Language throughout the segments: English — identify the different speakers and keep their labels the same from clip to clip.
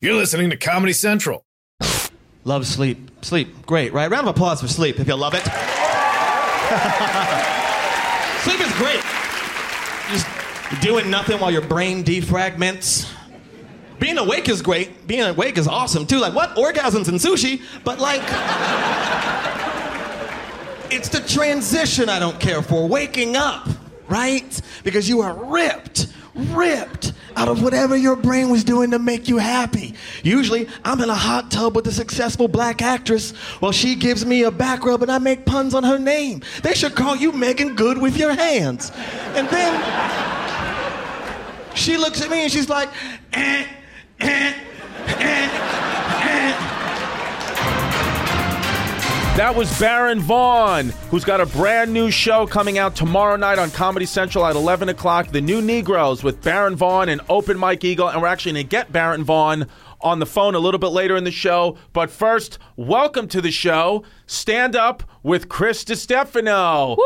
Speaker 1: You're listening to Comedy Central.
Speaker 2: Love sleep. Sleep. Great, right? Round of applause for sleep if you love it. sleep is great. Just doing nothing while your brain defragments. Being awake is great. Being awake is awesome too. Like, what? Orgasms and sushi? But like. it's the transition I don't care for. Waking up, right? Because you are ripped, ripped out of whatever your brain was doing to make you happy. Usually, I'm in a hot tub with a successful black actress while she gives me a back rub and I make puns on her name. They should call you Megan Good with your hands. And then she looks at me and she's like, eh, eh, eh, eh.
Speaker 3: That was Baron Vaughn, who's got a brand new show coming out tomorrow night on Comedy Central at 11 o'clock. The New Negroes with Baron Vaughn and Open Mike Eagle. And we're actually going to get Baron Vaughn on the phone a little bit later in the show. But first, welcome to the show. Stand up with Chris DiStefano.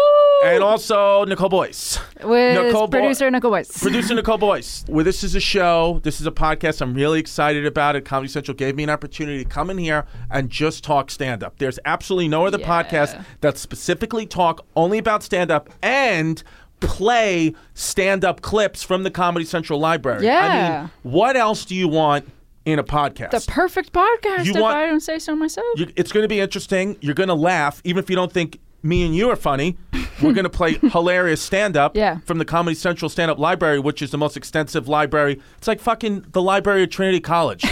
Speaker 3: And also Nicole Boyce.
Speaker 4: With
Speaker 3: Boy-
Speaker 4: producer Nicole Boyce.
Speaker 3: Producer Nicole Boyce. Well, this is a show. This is a podcast. I'm really excited about it. Comedy Central gave me an opportunity to come in here and just talk stand up. There's absolutely no other podcast that specifically talk only about stand up and play stand up clips from the Comedy Central library. I
Speaker 4: Yeah.
Speaker 3: mean, what else do you want in a podcast?
Speaker 4: the perfect podcast,
Speaker 3: You
Speaker 4: if
Speaker 3: want-
Speaker 4: I don't say so myself.
Speaker 3: You- it's going to be interesting. You're going to laugh, even if you don't think me and you are funny. We're going to play hilarious stand up
Speaker 4: Yeah.
Speaker 3: from the Comedy Central Stand Up Library, which is the most extensive library. It's like fucking the library at Trinity College.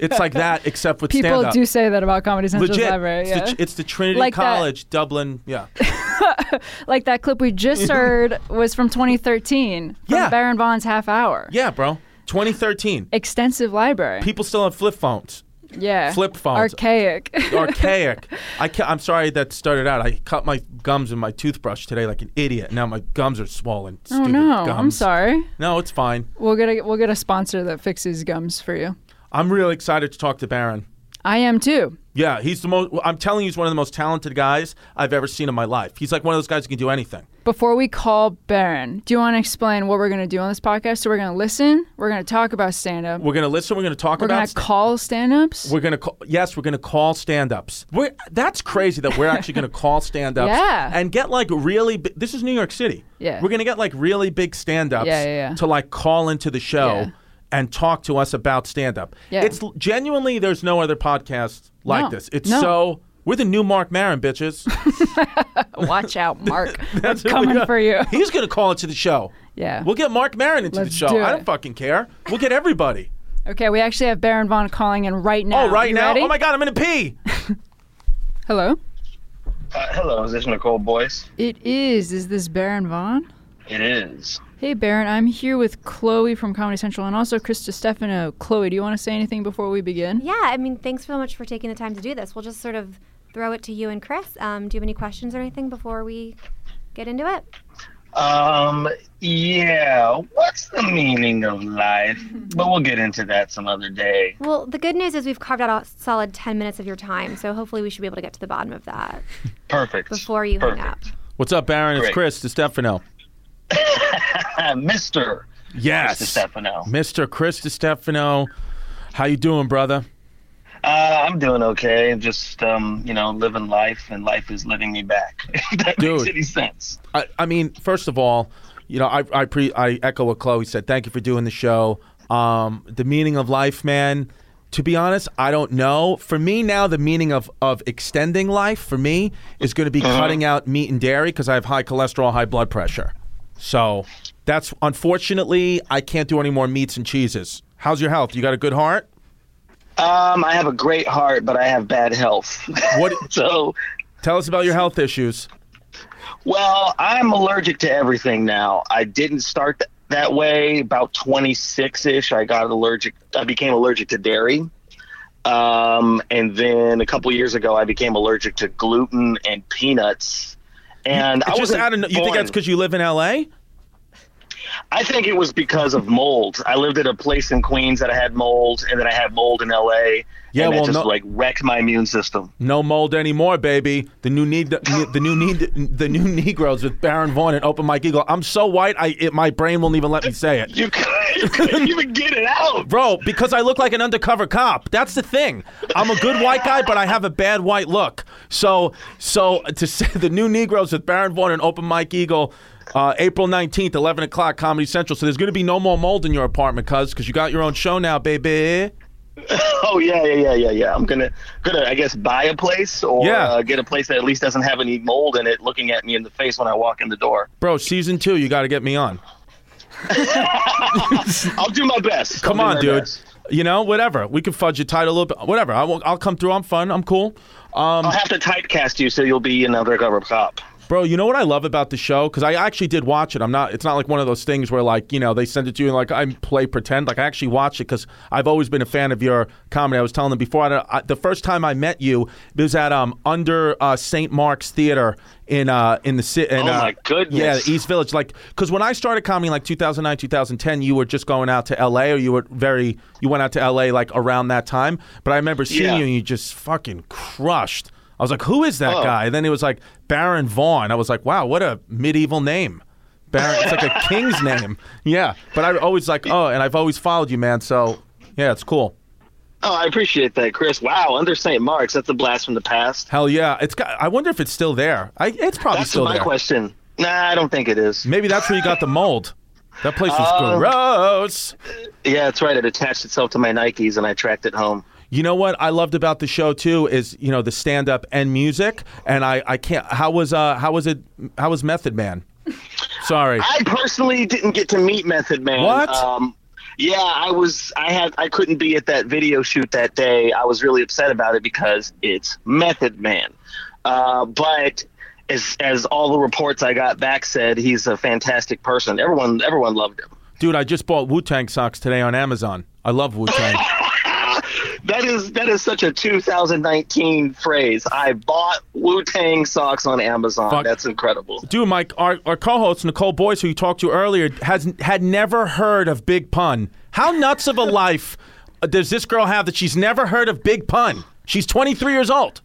Speaker 3: it's like that, except with
Speaker 4: People
Speaker 3: stand up.
Speaker 4: do say that about Comedy Central's
Speaker 3: Legit.
Speaker 4: library.
Speaker 3: it's,
Speaker 4: Yeah.
Speaker 3: the, it's the Trinity
Speaker 4: Like that-
Speaker 3: College, Dublin. Yeah.
Speaker 4: like that clip we just heard was from 2013 from
Speaker 3: Yeah.
Speaker 4: Baron Vaughn's Half Hour.
Speaker 3: Yeah, bro. 2013.
Speaker 4: Extensive library.
Speaker 3: People still have flip phones.
Speaker 4: yeah.
Speaker 3: flip phones.
Speaker 4: Archaic.
Speaker 3: archaic. I ca I'm sorry that started out. I cut my gums in my toothbrush today like an idiot. Now my gums are swollen.
Speaker 4: oh
Speaker 3: Stupid
Speaker 4: no, I'm
Speaker 3: gums.
Speaker 4: sorry.
Speaker 3: No, it's fine.
Speaker 4: We'll get a we'll get a sponsor that fixes gums for you.
Speaker 3: I'm really excited to talk to Baron.
Speaker 4: I am too.
Speaker 3: Yeah, he's the most. I'm telling you, he's one of the most talented guys I've ever seen in my life. He's like one of those guys who can do anything.
Speaker 4: Before we call Baron, do you want to explain what we're going to do on this podcast? So we're going to listen. We're going to talk about stand up.
Speaker 3: We're gonna listen. We're gonna talk
Speaker 4: We're going
Speaker 3: about.
Speaker 4: to call stand ups.
Speaker 3: we're gonna call, yes, we're gonna call stand-ups. We're, that's crazy that we're actually gonna call stand-ups
Speaker 4: Yeah.
Speaker 3: and get like really. Bi- this is New York City.
Speaker 4: Yeah.
Speaker 3: we're gonna get like really big stand-ups
Speaker 4: Yeah, yeah, yeah.
Speaker 3: to like call into the show
Speaker 4: Yeah.
Speaker 3: and talk to us about stand-up.
Speaker 4: Yeah.
Speaker 3: it's l- genuinely there's no other podcast like
Speaker 4: No,
Speaker 3: this. It's
Speaker 4: no.
Speaker 3: so we're the new Mark Maron bitches.
Speaker 4: Watch out, Mark. That's
Speaker 3: who we
Speaker 4: coming
Speaker 3: are.
Speaker 4: for you.
Speaker 3: He's going to call it to the show.
Speaker 4: Yeah.
Speaker 3: We'll get Mark Maron into
Speaker 4: Let's
Speaker 3: the show.
Speaker 4: do
Speaker 3: I
Speaker 4: it.
Speaker 3: don't fucking care. We'll get everybody.
Speaker 4: Okay, we actually have Baron Vaughn calling in right now.
Speaker 3: oh, right
Speaker 4: You
Speaker 3: now.
Speaker 4: ready?
Speaker 3: Oh my God, I'm going to pee.
Speaker 4: Hello.
Speaker 5: Uh, hello, is this Nicole Boyce?
Speaker 4: It is. Is this Baron Vaughn?
Speaker 5: It is.
Speaker 4: Hey, Baron. I'm here with Chloe from Comedy Central and also Chris Stefano. Chloe, do you want to say anything before we begin?
Speaker 6: Yeah, I mean, thanks so much for taking the time to do this. We'll just sort of throw it to you and Chris. Um, do you have any questions or anything before we get into it?
Speaker 5: Um, yeah, what's the meaning of life? But we'll get into that some other day.
Speaker 6: Well, the good news is we've carved out a solid 10 minutes of your time, so hopefully we should be able to get to the bottom of that
Speaker 5: Perfect.
Speaker 6: before you hang up.
Speaker 5: Perfect.
Speaker 3: What's up, Baron? It's
Speaker 5: Great.
Speaker 3: Chris DiStefano.
Speaker 5: Uh, Mr.
Speaker 3: Yes.
Speaker 5: Stefano.
Speaker 3: Mr. Chris DiStefano. How you doing, brother?
Speaker 5: Uh, I'm doing okay. I'm just, um, you know, living life, and life is living me back. if that
Speaker 3: Dude.
Speaker 5: makes any sense.
Speaker 3: I, I mean, first of all, you know, I I, pre, I echo what Chloe said. Thank you for doing the show. Um, the meaning of life, man. To be honest, I don't know. For me now, the meaning of, of extending life for me is going to be cutting out meat and dairy because I have high cholesterol, high blood pressure. So that's unfortunately I can't do any more meats and cheeses. How's your health? You got a good heart?
Speaker 5: Um, I have a great heart, but I have bad health.
Speaker 3: What?
Speaker 5: so
Speaker 3: Tell us about your health issues.
Speaker 5: Well, I'm allergic to everything now. I didn't start th- that way about 26 ish. I got allergic. I became allergic to dairy. Um, and then a couple years ago, I became allergic to gluten and peanuts. And I
Speaker 3: It's
Speaker 5: was
Speaker 3: just out of no- you think that's because you live in L.A.
Speaker 5: I think it was because of mold. I lived at a place in Queens that I had mold, and then I had mold in L.A.
Speaker 3: Yeah,
Speaker 5: and
Speaker 3: well,
Speaker 5: it just
Speaker 3: no- Mm.
Speaker 5: like wrecked my immune system.
Speaker 3: No mold anymore, baby. The new need, the, new need, the new Negroes with Baron Vaughn and Open Mike Eagle. I'm so white, I it, my brain won't even let me say it,
Speaker 5: You couldn't, you couldn't even get it out.
Speaker 3: bro. Because I look like an undercover cop. That's the thing. I'm a good white guy, but I have a bad white look. So, so to say the new Negroes with Baron Vaughn and Open Mike Eagle. Uh, April 19th, 11 o'clock, Comedy Central. So there's going to be no more mold in your apartment, cuz, because you got your own show now, baby.
Speaker 5: Oh yeah, yeah, yeah, yeah, yeah. I'm gonna gonna I guess buy a place or
Speaker 3: Yeah.
Speaker 5: uh, get a place that at least doesn't have any mold in it, looking at me in the face when I walk in the door.
Speaker 3: Bro, season two, you got to get me on.
Speaker 5: I'll do my best.
Speaker 3: Come
Speaker 5: I'll do
Speaker 3: on,
Speaker 5: my
Speaker 3: dude.
Speaker 5: best.
Speaker 3: You know, whatever. We can fudge your title a little bit. Whatever. I will, I'll come through. I'm fun. I'm cool. Um,
Speaker 5: I'll have to typecast you so you'll be another cover cop.
Speaker 3: bro, you know what I love about the show? Because I actually did watch it. I'm not. It's not like one of those things where like you know they send it to you and like I play pretend. Like I actually watched it because I've always been a fan of your comedy. I was telling them before. I, don't- I the first time I met you it was at um under uh, St. Mark's Theater in uh in the city.
Speaker 5: Oh, my goodness.
Speaker 3: Yeah, East Village. Like, because when I started comedy, in, like 2009, 2010, you were just going out to L.A. or you were very, you went out to L.A. like around that time. But I remember seeing
Speaker 5: Yeah.
Speaker 3: you and you just fucking crushed. I was like, who is that
Speaker 5: Oh.
Speaker 3: guy? And then it was like Baron Vaughn. I was like, wow, what a medieval name. Baron, it's like a king's name. Yeah. But I always like, oh, and I've always followed you, man. So yeah, it's cool.
Speaker 5: Oh, I appreciate that, Chris. Wow, under St. Mark's, that's a blast from the past.
Speaker 3: Hell yeah. It's got, I wonder if it's still there. I, it's probably
Speaker 5: That's
Speaker 3: still
Speaker 5: my
Speaker 3: there.
Speaker 5: question. Nah, I don't think it is.
Speaker 3: Maybe that's where you got the mold. That place was
Speaker 5: Oh.
Speaker 3: gross.
Speaker 5: Yeah, that's right. It attached itself to my Nikes and I tracked it home.
Speaker 3: You know what I loved about the show too is you know the stand up and music and I I can't how was uh how was it how was Method Man? Sorry.
Speaker 5: I personally didn't get to meet Method Man.
Speaker 3: What?
Speaker 5: Um, yeah, I was. I had. I couldn't be at that video shoot that day. I was really upset about it because it's Method Man. Uh, but as as all the reports I got back said, he's a fantastic person. Everyone everyone loved him.
Speaker 3: Dude, I just bought Wu Tang socks today on Amazon. I love Wu Tang.
Speaker 5: That is that is such a 2019 phrase. I bought Wu Tang socks on Amazon.
Speaker 3: Fuck.
Speaker 5: That's incredible.
Speaker 3: Dude, my our, our co-host Nicole Boyce, who you talked to earlier, has had never heard of Big Pun. How nuts of a life uh, does this girl have that she's never heard of Big Pun? She's 23 years old.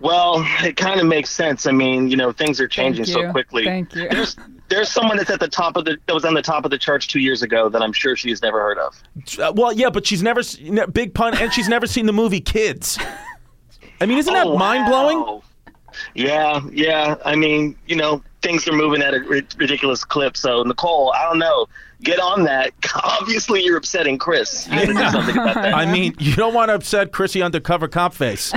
Speaker 5: Well, it kind of makes sense. I mean, you know, things are changing
Speaker 4: Thank
Speaker 5: so
Speaker 4: you.
Speaker 5: quickly.
Speaker 4: Thank you.
Speaker 5: There's there's someone that's at the top of the that was on the top of the charts two years ago that I'm sure she's never heard of.
Speaker 3: Uh, well, yeah, but she's never se- ne- Big Pun, and she's never seen the movie Kids. I mean, isn't that
Speaker 5: Oh, wow.
Speaker 3: mind blowing?
Speaker 5: Yeah, yeah. I mean, you know, things are moving at a ri- ridiculous clip. So Nicole, I don't know. Get on that. Obviously, you're upsetting Chris. You have to do something about that.
Speaker 3: I mean, you don't want to upset Chrissy undercover cop face.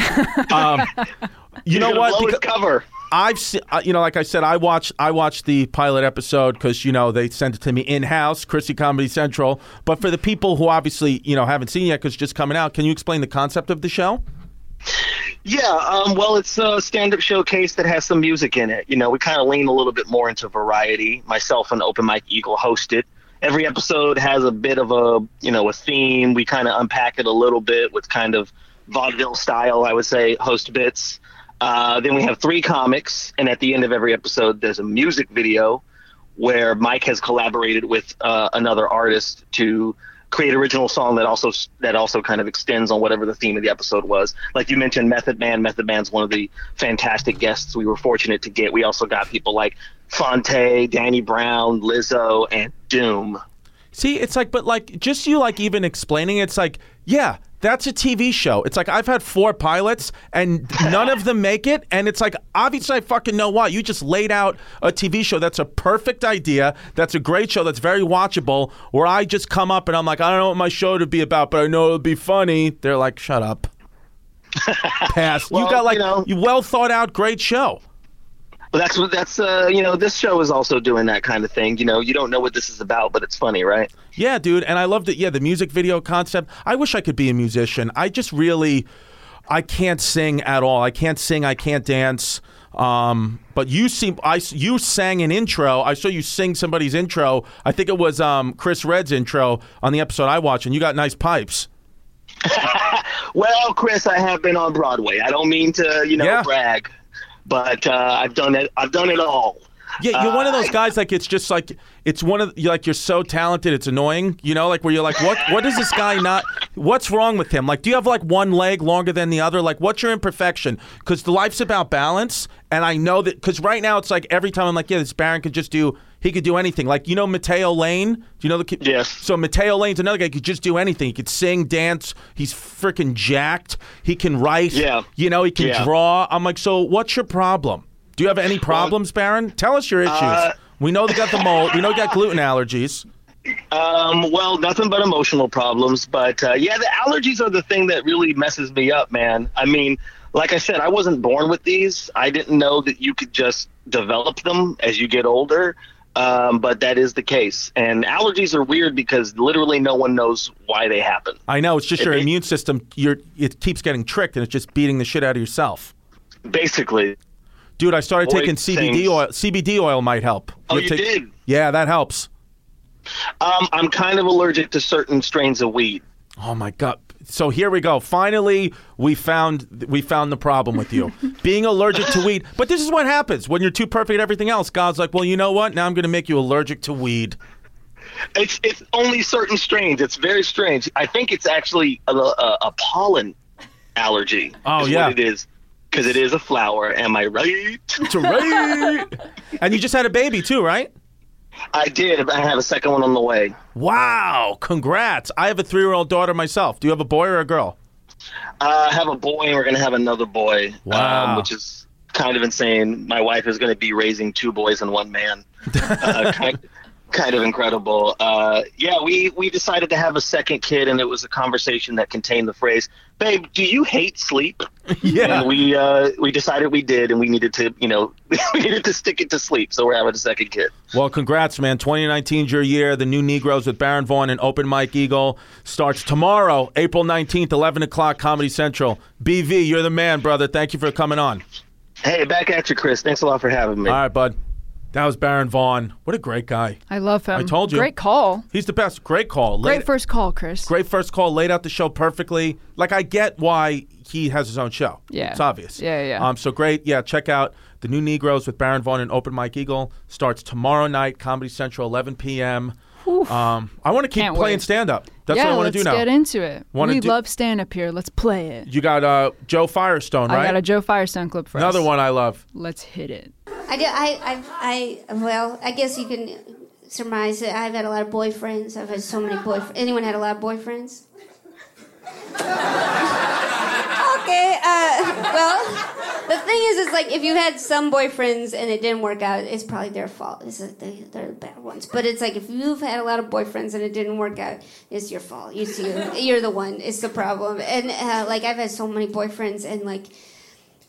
Speaker 3: Um, you know
Speaker 5: You're gonna
Speaker 3: what?
Speaker 5: Blow his
Speaker 3: Because-
Speaker 5: cover.
Speaker 3: I've se- uh, you know, like I said, I watched I watched the pilot episode because you know they sent it to me in house, Chrissy Comedy Central. But for the people who obviously you know haven't seen it yet because just coming out, can you explain the concept of the show?
Speaker 5: Yeah, um, well, it's a stand-up showcase that has some music in it. You know, we kind of lean a little bit more into variety. Myself and Open Mic Eagle host it. Every episode has a bit of a, you know, a theme. We kind of unpack it a little bit with kind of vaudeville style, I would say, host bits. Uh, then we have three comics, and at the end of every episode, there's a music video where Mike has collaborated with uh, another artist to create original song that also that also kind of extends on whatever the theme of the episode was. Like you mentioned, Method Man. Method Man's one of the fantastic guests we were fortunate to get. We also got people like Fonte, Danny Brown, Lizzo, and Doom.
Speaker 3: See, it's like, but like, just you like even explaining, it's like, yeah, that's a TV show. It's like I've had four pilots and none of them make it, and it's like obviously I fucking know why. You just laid out a TV show that's a perfect idea, that's a great show, that's very watchable. Where I just come up and I'm like, I don't know what my show to be about, but I know it'll be funny. They're like, shut up, pass. you
Speaker 5: Well,
Speaker 3: got like
Speaker 5: you know-
Speaker 3: you well thought out, great show.
Speaker 5: But that's what that's uh you know this show is also doing that kind of thing. You know you don't know what this is about, but it's funny, right?
Speaker 3: Yeah, dude, and I loved it. Yeah, the music video concept. I wish I could be a musician. I just really, I can't sing at all. I can't sing. I can't dance. Um, but you seem, I you sang an intro. I saw you sing somebody's intro. I think it was um, Chris Red's intro on the episode I watched, and you got nice pipes.
Speaker 5: Well, Chris, I have been on Broadway. I don't mean to, you know,
Speaker 3: Yeah.
Speaker 5: brag, but uh, I've done it. I've done it all.
Speaker 3: Yeah, you're one of those guys like it's just like it's one of you're like you're so talented it's annoying, you know, like where you're like what what is this guy not what's wrong with him? Like do you have like one leg longer than the other? Like what's your imperfection? Cuz the life's about balance and I know that cuz right now it's like every time I'm like yeah, this Baron could just do he could do anything. Like you know Mateo Lane? Do you know the kid?
Speaker 5: Yes.
Speaker 3: So Mateo Lane's another guy who could just do anything. He could sing, dance, he's freaking jacked. He can write.
Speaker 5: Yeah.
Speaker 3: You know, he can
Speaker 5: Yeah.
Speaker 3: draw. I'm like, "So what's your problem?" Do you have any problems, Baron? Tell us your issues.
Speaker 5: uh,
Speaker 3: we know they got the mold. We know they got gluten allergies.
Speaker 5: Um, well, nothing but emotional problems. But uh, yeah, the allergies are the thing that really messes me up, man. I mean, like I said, I wasn't born with these. I didn't know that you could just develop them as you get older. Um, but that is the case. And allergies are weird because literally no one knows why they happen.
Speaker 3: I know it's just your
Speaker 5: It- it-
Speaker 3: immune system. You're, it keeps getting tricked, and it's just beating the shit out of yourself.
Speaker 5: Basically,
Speaker 3: Dude, I started
Speaker 5: Boy,
Speaker 3: taking CBD
Speaker 5: things-
Speaker 3: oil. CBD oil might help.
Speaker 5: Oh,
Speaker 3: You've
Speaker 5: you did?
Speaker 3: Yeah, that helps.
Speaker 5: um, I'm kind of allergic to certain strains of weed.
Speaker 3: Oh my god. So here we go. Finally, we found we found the problem with you. Being allergic to weed. But this is what happens when you're too perfect at everything else. God's like, "Well, you know what? Now I'm going to make you allergic to weed."
Speaker 5: It's it's only certain strains. It's very strange. I think it's actually a, a, a pollen allergy.
Speaker 3: Oh,
Speaker 5: is
Speaker 3: yeah.
Speaker 5: what it is because it is a flower. Am I right?
Speaker 3: To weed. and you just had a baby too, right?
Speaker 5: I did. I have a second one on the way.
Speaker 3: Wow, congrats. I have a three year old daughter myself. Do you have a boy or a girl?
Speaker 5: Uh, I have a boy, and we're gonna have another boy.
Speaker 3: Wow.
Speaker 5: um, which is kind of insane. My wife is gonna be raising two boys and one man. uh, kind, kind of incredible. Uh, yeah, we we decided to have a second kid, and it was a conversation that contained the phrase, "Babe, do you hate sleep?" and we uh, we decided we did, and we needed to, you know, we needed to stick it to sleep. So we're having a second kid.
Speaker 3: Well, congrats, man. 2019's your year. The new Negroes with Baron Vaughn and Open Mike Eagle starts tomorrow, April 19th, 11 o'clock, Comedy Central. BV, you're the man, brother. Thank you for coming on.
Speaker 5: Hey, back at you, Chris. Thanks a lot for having me.
Speaker 3: All right, bud. That was Baron Vaughn. What a great guy.
Speaker 4: I love him.
Speaker 3: I told you.
Speaker 4: Great call.
Speaker 3: He's the best. Great call.
Speaker 4: Great
Speaker 3: Laid-
Speaker 4: first call, Chris.
Speaker 3: great first call. Laid out the show perfectly. Like, I get why he has his own show.
Speaker 4: Yeah.
Speaker 3: It's obvious.
Speaker 4: Yeah, yeah, yeah.
Speaker 3: Um, so great. Yeah, check out The New Negroes with Baron Vaughn and Open Mike Eagle. Starts tomorrow night, Comedy Central, 11 p.m. Um, I want to keep
Speaker 4: Can't
Speaker 3: playing
Speaker 4: wait.
Speaker 3: stand up. That's
Speaker 4: yeah,
Speaker 3: what I want
Speaker 4: let's
Speaker 3: to do now.
Speaker 4: get into it.
Speaker 3: Wanna
Speaker 4: we
Speaker 3: do-
Speaker 4: love stand up here. Let's play it.
Speaker 3: You got uh, Joe Firestone,
Speaker 4: I
Speaker 3: right?
Speaker 4: got a Joe Firestone clip for
Speaker 3: Another
Speaker 4: us.
Speaker 3: one I love.
Speaker 4: Let's hit it.
Speaker 7: I, do, I, I, I, well, I guess you can surmise that I've had a lot of boyfriends. I've had so many boyfriends. Anyone had a lot of boyfriends? okay, uh, well, the thing is, it's like if you had some boyfriends and it didn't work out, it's probably their fault. It's like they, they're the bad ones. But it's like if you've had a lot of boyfriends and it didn't work out, it's your fault. It's you. You're the one. It's the problem. And, uh, like, I've had so many boyfriends and, like,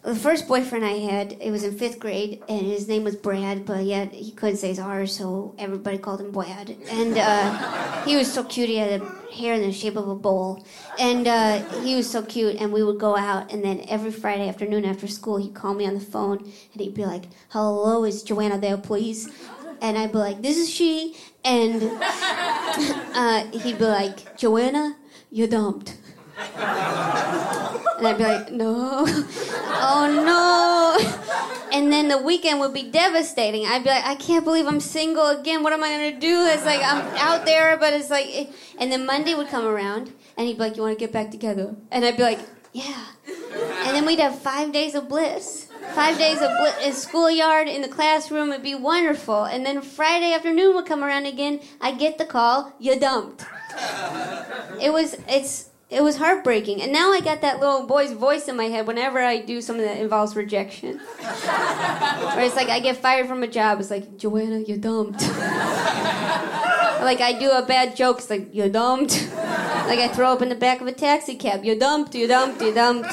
Speaker 7: the first boyfriend I had, it was in fifth grade, and his name was Brad, but yet he couldn't say his R, so everybody called him Brad. And uh, he was so cute, he had a hair in the shape of a bowl. And uh, he was so cute, and we would go out, and then every Friday afternoon after school, he'd call me on the phone, and he'd be like, Hello, is Joanna there, please? And I'd be like, This is she. And uh, he'd be like, Joanna, you're dumped. And I'd be like, no, oh no. And then the weekend would be devastating. I'd be like, I can't believe I'm single again. What am I gonna do? It's like I'm out there, but it's like, eh. and then Monday would come around, and he'd be like, you want to get back together? And I'd be like, yeah. And then we'd have five days of bliss. Five days of bliss in schoolyard, in the classroom, it'd be wonderful. And then Friday afternoon would come around again. I get the call, you dumped it was it's it was heartbreaking and now i got that little boy's voice in my head whenever i do something that involves rejection where it's like i get fired from a job it's like joanna you're dumped like i do a bad joke it's like you're dumped like i throw up in the back of a taxi cab you're dumped you're dumped you're dumped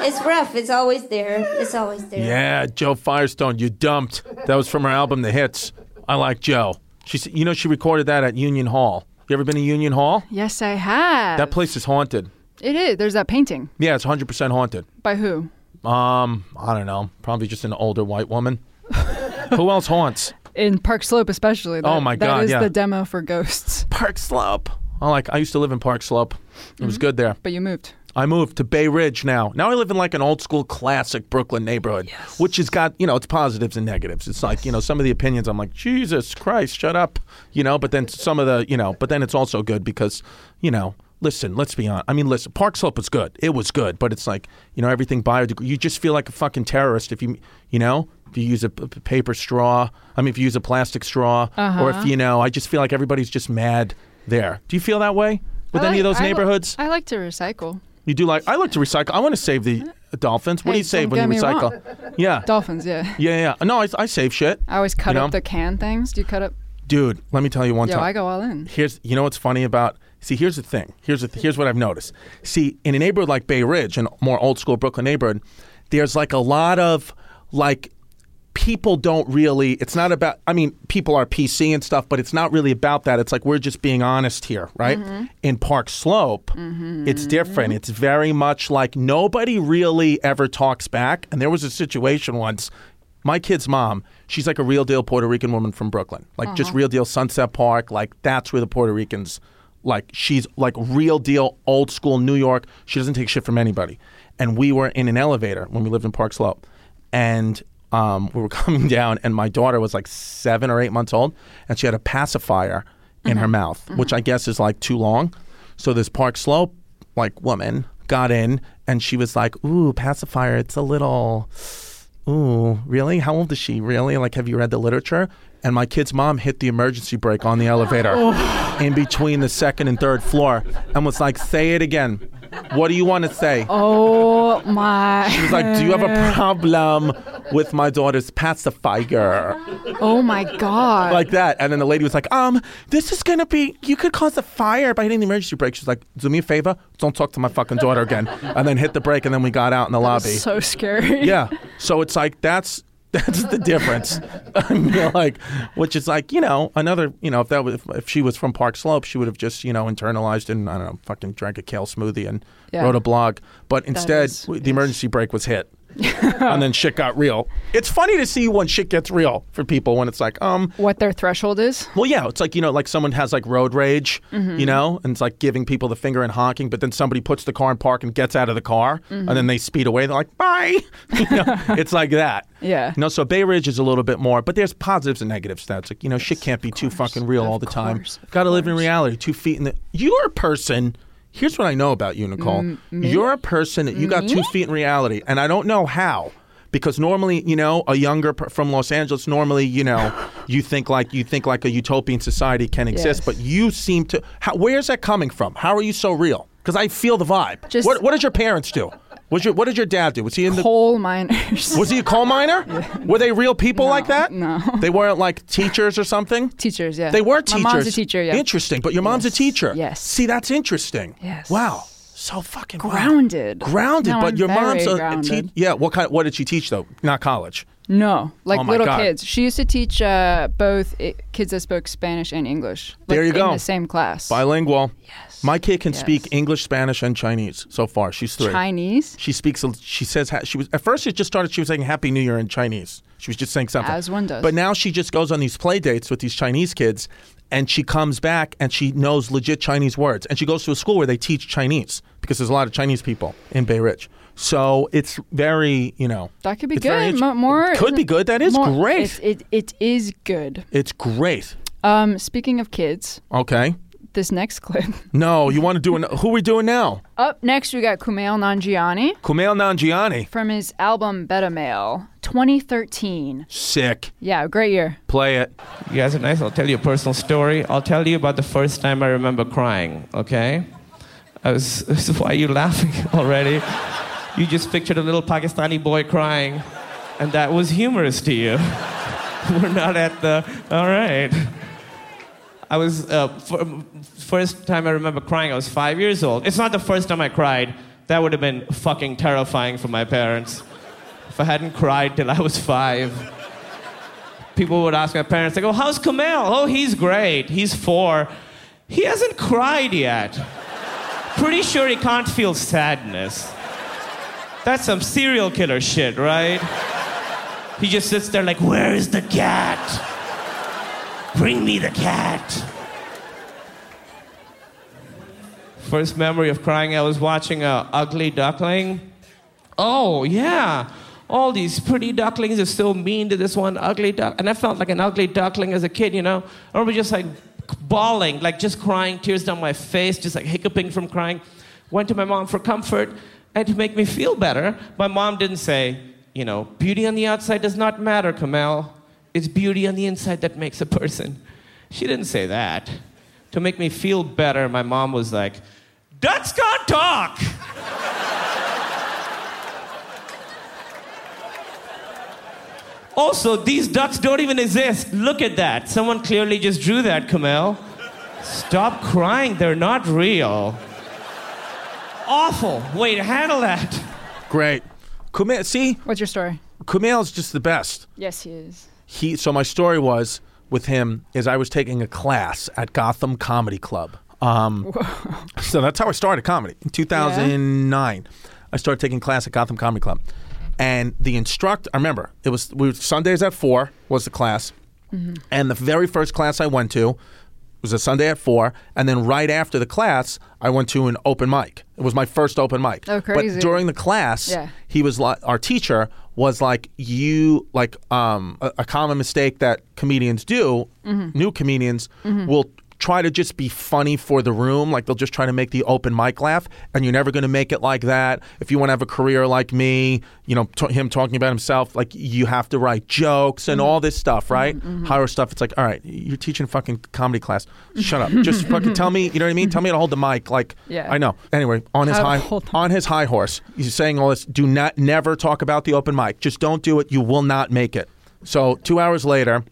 Speaker 7: it's rough it's always there it's always there
Speaker 3: Yeah, Joe Firestone, you dumped. That was from her album The Hits. I like Joe. She, s- you know, she recorded that at Union Hall. You ever been to Union Hall?
Speaker 4: Yes, I have.
Speaker 3: That place is haunted.
Speaker 4: it is. There's that painting.
Speaker 3: Yeah, it's 100% haunted.
Speaker 4: By who?
Speaker 3: Um, I don't know. Probably just an older white woman. Who else haunts?
Speaker 4: In Park Slope, especially. That,
Speaker 3: Oh, my God,
Speaker 4: That is
Speaker 3: yeah.
Speaker 4: the demo for ghosts.
Speaker 3: Park Slope. I like. I used to live in Park Slope. It was good there.
Speaker 4: But you moved.
Speaker 3: I moved to Bay Ridge now. Now I live in like an old school classic Brooklyn neighborhood, which has got, you know, it's positives and negatives. It's like, you know, some of the opinions I'm like, Jesus Christ, shut up, you know, but then some of the, you know, but then it's also good because, you know, listen, let's be honest. I mean, listen, Park Slope was good. It was good, but it's like, you know, everything biodegradable. You just feel like a fucking terrorist if you, you know, if you use a p- p- paper straw, I mean, if you use a plastic straw, or
Speaker 4: Uh-huh.
Speaker 3: if, you know, I just feel like everybody's just mad there. Do you feel that way? With
Speaker 4: I
Speaker 3: any of
Speaker 4: like-
Speaker 3: those
Speaker 4: I li-
Speaker 3: neighborhoods?
Speaker 4: I like to recycle.
Speaker 3: You do like I like to recycle. I want to save the dolphins. What do
Speaker 4: Hey,
Speaker 3: you save
Speaker 4: don't
Speaker 3: when you
Speaker 4: get me wrong.
Speaker 3: recycle? Yeah.
Speaker 4: Dolphins, yeah.
Speaker 3: yeah, yeah. No, I, I save shit.
Speaker 4: I always cut
Speaker 3: You
Speaker 4: up
Speaker 3: know?
Speaker 4: the can things. Do you cut up?
Speaker 3: Dude, let me tell you one
Speaker 4: Yo,
Speaker 3: time.
Speaker 4: I go all in.
Speaker 3: Here's you know what's funny about see here's the thing here's the, here's what I've noticed. See in a neighborhood like Bay Ridge, and more old school Brooklyn neighborhood, there's like a lot of like people don't really. It's not about. I mean, people are PC and stuff, but it's not really about that. It's like we're just being honest here, right? In Park Slope, it's different. It's very much like nobody really ever talks back. And there was a situation once my kid's mom, she's like a real deal Puerto Rican woman from Brooklyn. Like just real deal Sunset Park, like that's where the Puerto Ricans like she's like real deal old school New York. She doesn't take shit from anybody. And we were in an elevator when we lived in Park Slope. And um, we were coming down and my daughter was like 7 or 8 months old and she had a pacifier in her mouth, which I guess is like too long. So this Park Slope like woman got in and she was like, "Ooh, pacifier, it's a little Ooh, really? How old is she? Really? Like, have you read the literature? And my kid's mom hit the emergency brake on the elevator in between the second and third floor and was like, say it again. What do you want to say?
Speaker 4: Oh my!
Speaker 3: She's like, do you have a problem with my daughter's pacifier?
Speaker 4: Oh my God!
Speaker 3: Like that. And then the lady was like, um, this is going to be, you could cause a fire by hitting the emergency brake. She's like, do me a favor, don't talk to my fucking daughter again. And then hit the brake, and then we got out in the lobby.
Speaker 4: so scary.
Speaker 3: Yeah. So it's like that's that's the difference. I mean, like, which is like you know another you know if that was if, if she was from Park Slope, she would have just you know internalized and I don't know fucking drank a kale smoothie and
Speaker 4: Yeah.
Speaker 3: wrote a blog. But instead,
Speaker 4: is-
Speaker 3: w- the emergency brake was hit. and then shit got real. It's funny to see when shit gets real for people when it's like, um,
Speaker 4: What their threshold is?
Speaker 3: well, yeah, it's like you know, like someone has like road rage,
Speaker 4: Mm-hmm.
Speaker 3: you know, and it's like giving people the finger and honking, but then somebody puts the car in park and gets out of the car, and
Speaker 4: Mm-hmm.
Speaker 3: then they speed away. They're like, bye. You know, it's like that.
Speaker 4: Yeah.
Speaker 3: You know, so Bay Ridge is a little bit more, but there's positives and negatives. That's like you know, shit can't be too fucking real
Speaker 4: Of
Speaker 3: all the time.
Speaker 4: course, of
Speaker 3: Got to live in
Speaker 4: course.
Speaker 3: reality. Two feet in the. You're a person. Here's what I know about you, Nicole.
Speaker 4: Mm-hmm.
Speaker 3: You're a person that you got two feet in reality, and I don't know how. Because normally, you know, a younger per- from Los Angeles, normally, you know, you think like you think like a utopian society can exist,
Speaker 4: Yes.
Speaker 3: but you seem to. How, where's that coming from? How are you so real? Because I feel the vibe.
Speaker 4: Just-
Speaker 3: what, what did your parents do? Was your what did your dad do? Was he in the
Speaker 4: Coal miners.
Speaker 3: was he a coal miner? Were they real people like that?
Speaker 4: no.
Speaker 3: They weren't like teachers or something?
Speaker 4: teachers? Yeah.
Speaker 3: They were teachers.
Speaker 4: My mom's a teacher. Yeah.
Speaker 3: Interesting, but your mom's a
Speaker 4: Yes,
Speaker 3: teacher.
Speaker 4: yes.
Speaker 3: See, that's interesting.
Speaker 4: Yes.
Speaker 3: Wow. So fucking wild.
Speaker 4: Grounded.
Speaker 3: Grounded,
Speaker 4: No,
Speaker 3: but
Speaker 4: I'm
Speaker 3: your mom's uh,
Speaker 4: very
Speaker 3: a
Speaker 4: grounded.
Speaker 3: Yeah, what kind what did she teach though? Not college.
Speaker 4: No, like
Speaker 3: Oh my
Speaker 4: little
Speaker 3: God.
Speaker 4: kids. She used to teach uh, both i kids that spoke Spanish and English. Like,
Speaker 3: There you go.
Speaker 4: In the same class.
Speaker 3: Bilingual. Yes. My kid can
Speaker 4: Yes.
Speaker 3: speak English, Spanish, and Chinese so far. She's 3.
Speaker 4: Chinese,
Speaker 3: She speaks. a- She says ha- she was at first. It just started. She was saying Happy New Year in Chinese. She was just saying something.
Speaker 4: As one does.
Speaker 3: But now she just goes on these play dates with these Chinese kids, and she comes back and she knows legit Chinese words. And she goes to a school where they teach Chinese because there's a lot of Chinese people in Bay Ridge. So it's very you know
Speaker 4: that could be
Speaker 3: it's very
Speaker 4: good.
Speaker 3: inter-
Speaker 4: Mo- more
Speaker 3: could be good. That is
Speaker 4: more-
Speaker 3: great.
Speaker 4: It's, it it is good.
Speaker 3: It's great.
Speaker 4: Um, speaking of kids,
Speaker 3: Okay.
Speaker 4: this next clip.
Speaker 3: No, you want to do an, who are we doing now?
Speaker 4: Up next, we got Kumail Nanjiani
Speaker 3: Kumail Nanjiani.
Speaker 4: from his album Beta Male, 2013.
Speaker 3: Sick.
Speaker 4: Yeah, great year.
Speaker 3: Play it.
Speaker 8: You guys are nice. I'll tell you a personal story. I'll tell you about the first time I remember crying, okay? I was, why are you laughing already? You just pictured a little Pakistani boy crying, and that was humorous to you. We're not at the, all right. I was, uh, f- first time I remember crying, I was five years old. It's not the first time I cried. That would have been fucking terrifying for my parents. If I hadn't cried till I was five people would ask my parents, they go, How's Kumail? Oh, he's great. He's four. He hasn't cried yet. Pretty sure he can't feel sadness. That's some serial killer shit, right? He just sits there like, Where is the cat? Bring me the cat. First memory of crying, I was watching a ugly duckling. Oh, yeah. All these pretty ducklings are so mean to this one ugly duck. And I felt like an ugly duckling as a kid, you know? I remember just like bawling, like just crying, tears down my face, just like hiccuping from crying. Went to my mom for comfort and to make me feel better. My mom didn't say, you know, beauty on the outside does not matter, Kamal. It's beauty on the inside that makes a person. She didn't say that. To make me feel better, my mom was like, Ducks can't talk! Also, these ducks don't even exist. Look at that. Someone clearly just drew that, Kamel. Stop crying. They're not real. Awful. Wait, handle that.
Speaker 3: Great. Kumail, see,
Speaker 4: What's your story?
Speaker 3: Kumail's just the best.
Speaker 4: Yes, he is.
Speaker 3: He. So my story was with him is I was taking a class at Gotham Comedy Club. Um, so that's how I started comedy in 2009. I started taking class at Gotham Comedy Club, and the instructor. I remember it was we were, Sundays at four was the class,
Speaker 4: Mm-hmm.
Speaker 3: and the very first class I went to was a Sunday at four, and then right after the class I went to an open mic. It was my first open mic.
Speaker 4: Oh,
Speaker 3: But
Speaker 4: crazy.
Speaker 3: during the class,
Speaker 4: Yeah.
Speaker 3: he was like our teacher was like you like um a, a common mistake that comedians do
Speaker 4: Mm-hmm.
Speaker 3: new comedians will try to just be funny for the room like they'll just try to make the open mic laugh and you're never going to make it like that if you want to have a career like me you know t- him talking about himself like you have to write jokes
Speaker 4: Mm-hmm.
Speaker 3: and all this stuff right higher stuff it's like all right you're teaching fucking comedy class shut up just fucking tell me you know what i mean tell me how to hold the mic like
Speaker 4: Yeah.
Speaker 3: i know anyway on his
Speaker 4: How to
Speaker 3: high
Speaker 4: hold the
Speaker 3: on his high horse. He's saying all this. Do not never talk about the open mic. Just don't do it. You will not make it. So two hours later,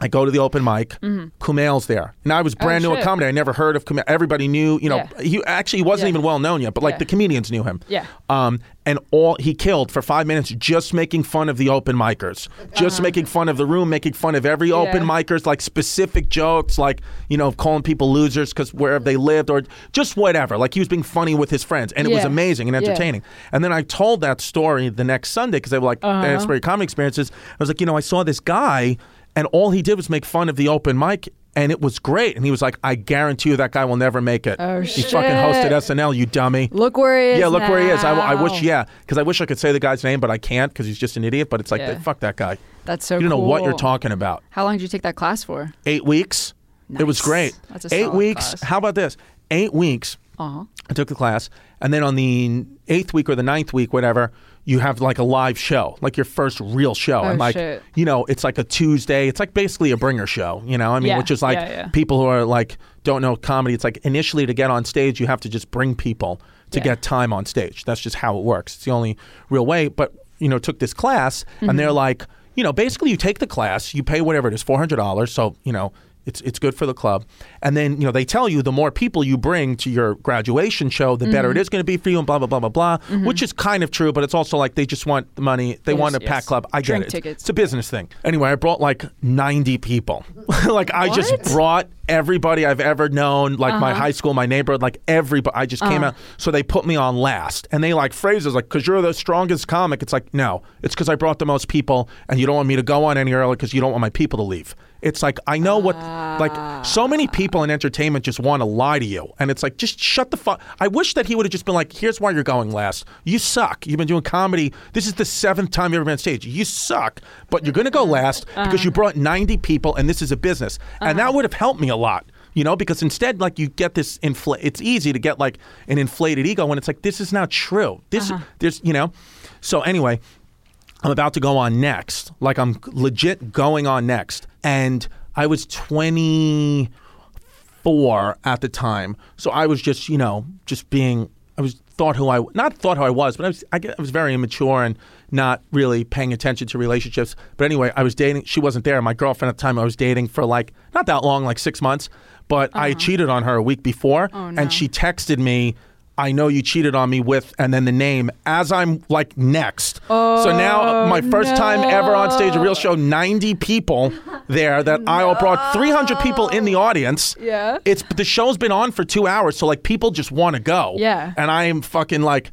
Speaker 3: I go to the open mic. Kumail's there, and I was brand new at
Speaker 4: Mm-hmm. Oh, shit.
Speaker 3: comedy. I never heard of Kumail. Everybody knew, you know,
Speaker 4: Yeah.
Speaker 3: he actually he wasn't
Speaker 4: Yeah.
Speaker 3: even well known yet, but like
Speaker 4: Yeah.
Speaker 3: the comedians knew him.
Speaker 4: Yeah.
Speaker 3: Um, and all he killed for five minutes just making fun of the open micers, just making fun of the room, making fun of every open
Speaker 4: Uh-huh. Yeah.
Speaker 3: micers, like specific jokes, like you know, calling people losers because wherever they lived or just whatever. Like he was being funny with his friends, and it was
Speaker 4: Yeah.
Speaker 3: amazing and
Speaker 4: Yeah.
Speaker 3: entertaining. And then I told that story the next Sunday because they were like
Speaker 4: Uh-huh.
Speaker 3: uh comedy experiences. I was like, you know, I saw this guy, and all he did was make fun of the open mic. And it was great. And he was like, I guarantee you that guy will never make it.
Speaker 4: Oh,
Speaker 3: he fucking hosted
Speaker 4: shit.
Speaker 3: SNL, you dummy.
Speaker 4: Look where he is.
Speaker 3: Yeah, look where he is. I, I
Speaker 4: now.
Speaker 3: wish, yeah, because I wish I could say the guy's name, but I can't because he's just an idiot. But it's like,
Speaker 4: Yeah.
Speaker 3: fuck that guy.
Speaker 4: That's so
Speaker 3: You don't know what you're
Speaker 4: cool.
Speaker 3: talking about.
Speaker 4: How long did you take that class for?
Speaker 3: Eight weeks. It was
Speaker 4: Nice.
Speaker 3: great.
Speaker 4: That's a
Speaker 3: Eight
Speaker 4: solid
Speaker 3: weeks.
Speaker 4: class.
Speaker 3: How about this? Eight weeks.
Speaker 4: Uh-huh.
Speaker 3: I took the class, and then on the eighth week or the ninth week, whatever, you have like a live show, like your first real show,
Speaker 4: Oh,
Speaker 3: and like
Speaker 4: shit.
Speaker 3: you know, it's like a Tuesday. It's like basically a bringer show, you know. I mean,
Speaker 4: Yeah,
Speaker 3: which is like
Speaker 4: yeah, yeah.
Speaker 3: people who are like don't know comedy. It's like initially to get on stage, you have to just bring people to
Speaker 4: Yeah.
Speaker 3: get time on stage. That's just how it works. It's the only real way. But you know, took this class,
Speaker 4: Mm-hmm.
Speaker 3: and they're like, you know, basically you take the class, you pay whatever it is, four hundred dollars. So you know. It's, it's good for the club. And then, you know, they tell you the more people you bring to your graduation show, the
Speaker 4: Mm-hmm.
Speaker 3: better it is going to be for you and blah, blah, blah, blah, blah, which is kind of true, but it's also like they just want the money. They
Speaker 4: Yes,
Speaker 3: want a
Speaker 4: yes.
Speaker 3: packed club. I get
Speaker 4: Drink
Speaker 3: it.
Speaker 4: tickets.
Speaker 3: It's a business thing. Anyway, I brought like 90 people. like I just
Speaker 4: What?
Speaker 3: brought everybody I've ever known, like my high school, my neighborhood, like everybody. I just came out. So they put me on last. And they like phrases like, because you're the strongest comic. It's like, no, it's because I brought the most people and you don't want me to go on any early because you don't want my people to leave. It's like, I know what, like, so many people in entertainment just want to lie to you. And it's like, just shut the fuck. I wish that he would have just been like, here's why you're going last. You suck. You've been doing comedy. This is the seventh time you've ever been on stage. You suck, but you're going to go last because you brought 90 people and this is a business. And that would have helped me a lot. You know, because instead, like you get this infl. It's easy to get like an inflated ego when it's like this is not true. This, there's, you know. So anyway, I'm about to go on next. Like I'm legit going on next. And I was 24 at the time. So I was just, you know, just being I was thought who I not thought who I was, but I was I, get- I was very immature and not really paying attention to relationships. But anyway, I was dating she wasn't there. My girlfriend at the time I was dating for like not that long, like 6 months, but I cheated on her a week before
Speaker 4: no.
Speaker 3: and she texted me I know you cheated on me with, and then the name as I'm like next. Oh, so now my first time ever on stage, a
Speaker 4: Oh.
Speaker 3: real show, 90 people there that I all brought 300 people in the audience.
Speaker 4: Yeah.
Speaker 3: It's the show's been on for two hours, so like people just want to go.
Speaker 4: Yeah.
Speaker 3: And I am fucking like,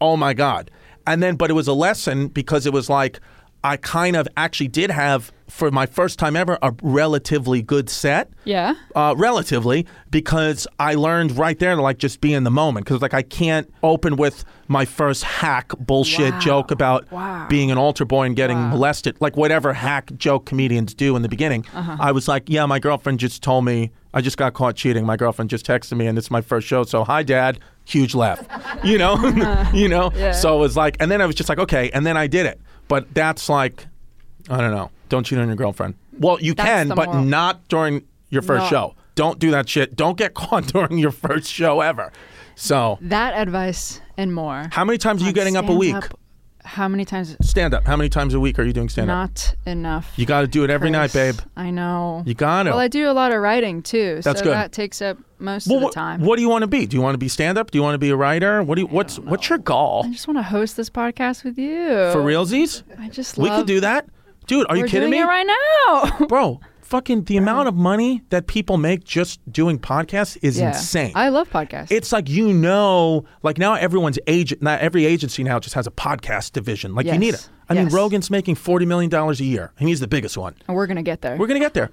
Speaker 3: oh my God. And then, but it was a lesson because it was like, I kind of actually did have for my first time ever a relatively good set.
Speaker 4: Yeah.
Speaker 3: Uh, relatively, because I learned right there to like just be in the moment. Because like I can't open with my first hack bullshit
Speaker 4: Wow.
Speaker 3: joke about
Speaker 4: Wow.
Speaker 3: being an altar boy and getting molested, like whatever hack joke comedians do in the beginning.
Speaker 4: Uh-huh.
Speaker 3: I was like, yeah, my girlfriend just told me I just got caught cheating. My girlfriend just texted me, and it's my first show. So hi, dad. Huge laugh, you know,
Speaker 4: Uh-huh.
Speaker 3: you know. So it was like, and then I was just like, okay, and then I did it. But that's like, I don't know. Don't cheat on your girlfriend. Well, you
Speaker 4: That's
Speaker 3: can,
Speaker 4: the
Speaker 3: but
Speaker 4: moral.
Speaker 3: not during your first
Speaker 4: No.
Speaker 3: show. Don't do that shit. Don't get caught during your first show ever. So,
Speaker 4: That advice and more.
Speaker 3: how many times are you
Speaker 4: On
Speaker 3: getting up a week?
Speaker 4: stand-up, How many times?
Speaker 3: Stand up. How many times a week are you doing stand up?
Speaker 4: Not enough.
Speaker 3: You got to do it every night,
Speaker 4: Chris.
Speaker 3: babe.
Speaker 4: I know.
Speaker 3: You got to.
Speaker 4: Well, I do a lot of writing too,
Speaker 3: That's
Speaker 4: so
Speaker 3: good.
Speaker 4: that takes up most
Speaker 3: Well,
Speaker 4: of the
Speaker 3: what,
Speaker 4: time.
Speaker 3: what do you want to be? Do you want to be stand up? Do you want to be a writer? What do you, what's what's your goal?
Speaker 4: I just want to host this podcast with you.
Speaker 3: For realsies?
Speaker 4: I just
Speaker 3: We
Speaker 4: love.
Speaker 3: could do that? Dude, are you
Speaker 4: We're
Speaker 3: kidding
Speaker 4: doing
Speaker 3: me?
Speaker 4: it right now.
Speaker 3: Bro, fucking the amount of money that people make just doing podcasts is
Speaker 4: yeah.
Speaker 3: insane.
Speaker 4: I love podcasts.
Speaker 3: it's like you know, like now everyone's agent, now every agency now just has a podcast division. Like you
Speaker 4: Yes.
Speaker 3: need it. I mean,
Speaker 4: Yes.
Speaker 3: Rogan's making forty million dollars a year, and he's the biggest one.
Speaker 4: and we're gonna get there.
Speaker 3: We're gonna get there.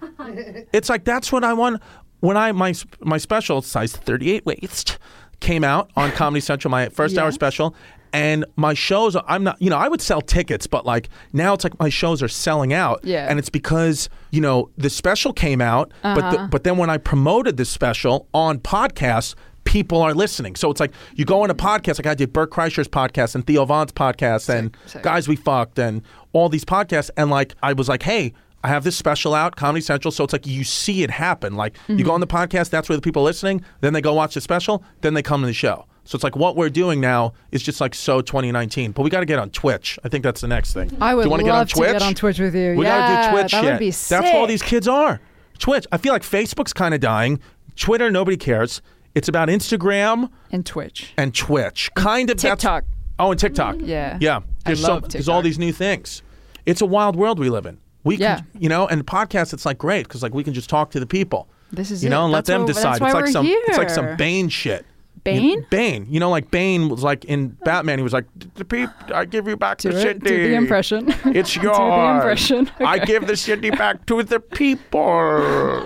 Speaker 3: it's like that's what I want. When I my my special size thirty eight waist came out on Comedy Central, my first hour special, and my shows. I'm not, you know, I would sell tickets, but like now it's like my shows are selling out.
Speaker 4: Yeah.
Speaker 3: and it's because you know the special came out, but
Speaker 4: Uh-huh.
Speaker 3: the, but then when I promoted the special on podcasts. People are listening, so it's like you go on a podcast. Like I did Bert Kreischer's podcast and Theo Vaughn's podcast and
Speaker 4: sick.
Speaker 3: guys we fucked and all these podcasts and like i was like hey i have this special out comedy central so it's like you see it happen like you
Speaker 4: Mm-hmm.
Speaker 3: go on the podcast that's where the people are listening then they go watch the special then they come to the show so it's like what we're doing now is just like so 2019 but we got to get on twitch i think that's the next thing
Speaker 4: I would
Speaker 3: Do you wanna
Speaker 4: love
Speaker 3: get on
Speaker 4: to
Speaker 3: twitch
Speaker 4: get on Twitch with you.
Speaker 3: we gotta
Speaker 4: Yeah,
Speaker 3: do twitch
Speaker 4: that would
Speaker 3: shit.
Speaker 4: be
Speaker 3: that's where all
Speaker 4: sick.
Speaker 3: these kids are twitch i feel like facebook's kind of dying twitter nobody cares it's about instagram
Speaker 4: and Twitch.
Speaker 3: and Twitch. Kind of that's-
Speaker 4: TikTok. Mm-hmm.
Speaker 3: oh, and TikTok.
Speaker 4: Yeah.
Speaker 3: yeah.
Speaker 4: I
Speaker 3: There's
Speaker 4: love
Speaker 3: there's all
Speaker 4: TikTok.
Speaker 3: these new things. It's a wild world we live in. We
Speaker 4: Yeah.
Speaker 3: can, you know, and podcasts. It's like great because like we can just talk to the people.
Speaker 4: This is
Speaker 3: you know,
Speaker 4: it.
Speaker 3: and
Speaker 4: That's
Speaker 3: let them
Speaker 4: why- that's
Speaker 3: decide.
Speaker 4: why
Speaker 3: it's like
Speaker 4: we're
Speaker 3: some, it's like
Speaker 4: here.
Speaker 3: some Bane shit. You-
Speaker 4: Bane?
Speaker 3: Bane. You know, like Bane was like in Batman. He was like, "The peep, I give you back
Speaker 4: Do
Speaker 3: the
Speaker 4: it.
Speaker 3: city.
Speaker 4: Do the impression.
Speaker 3: It's
Speaker 4: Do
Speaker 3: yours.
Speaker 4: the impression.
Speaker 3: I
Speaker 4: Okay.
Speaker 3: give the city back to the people."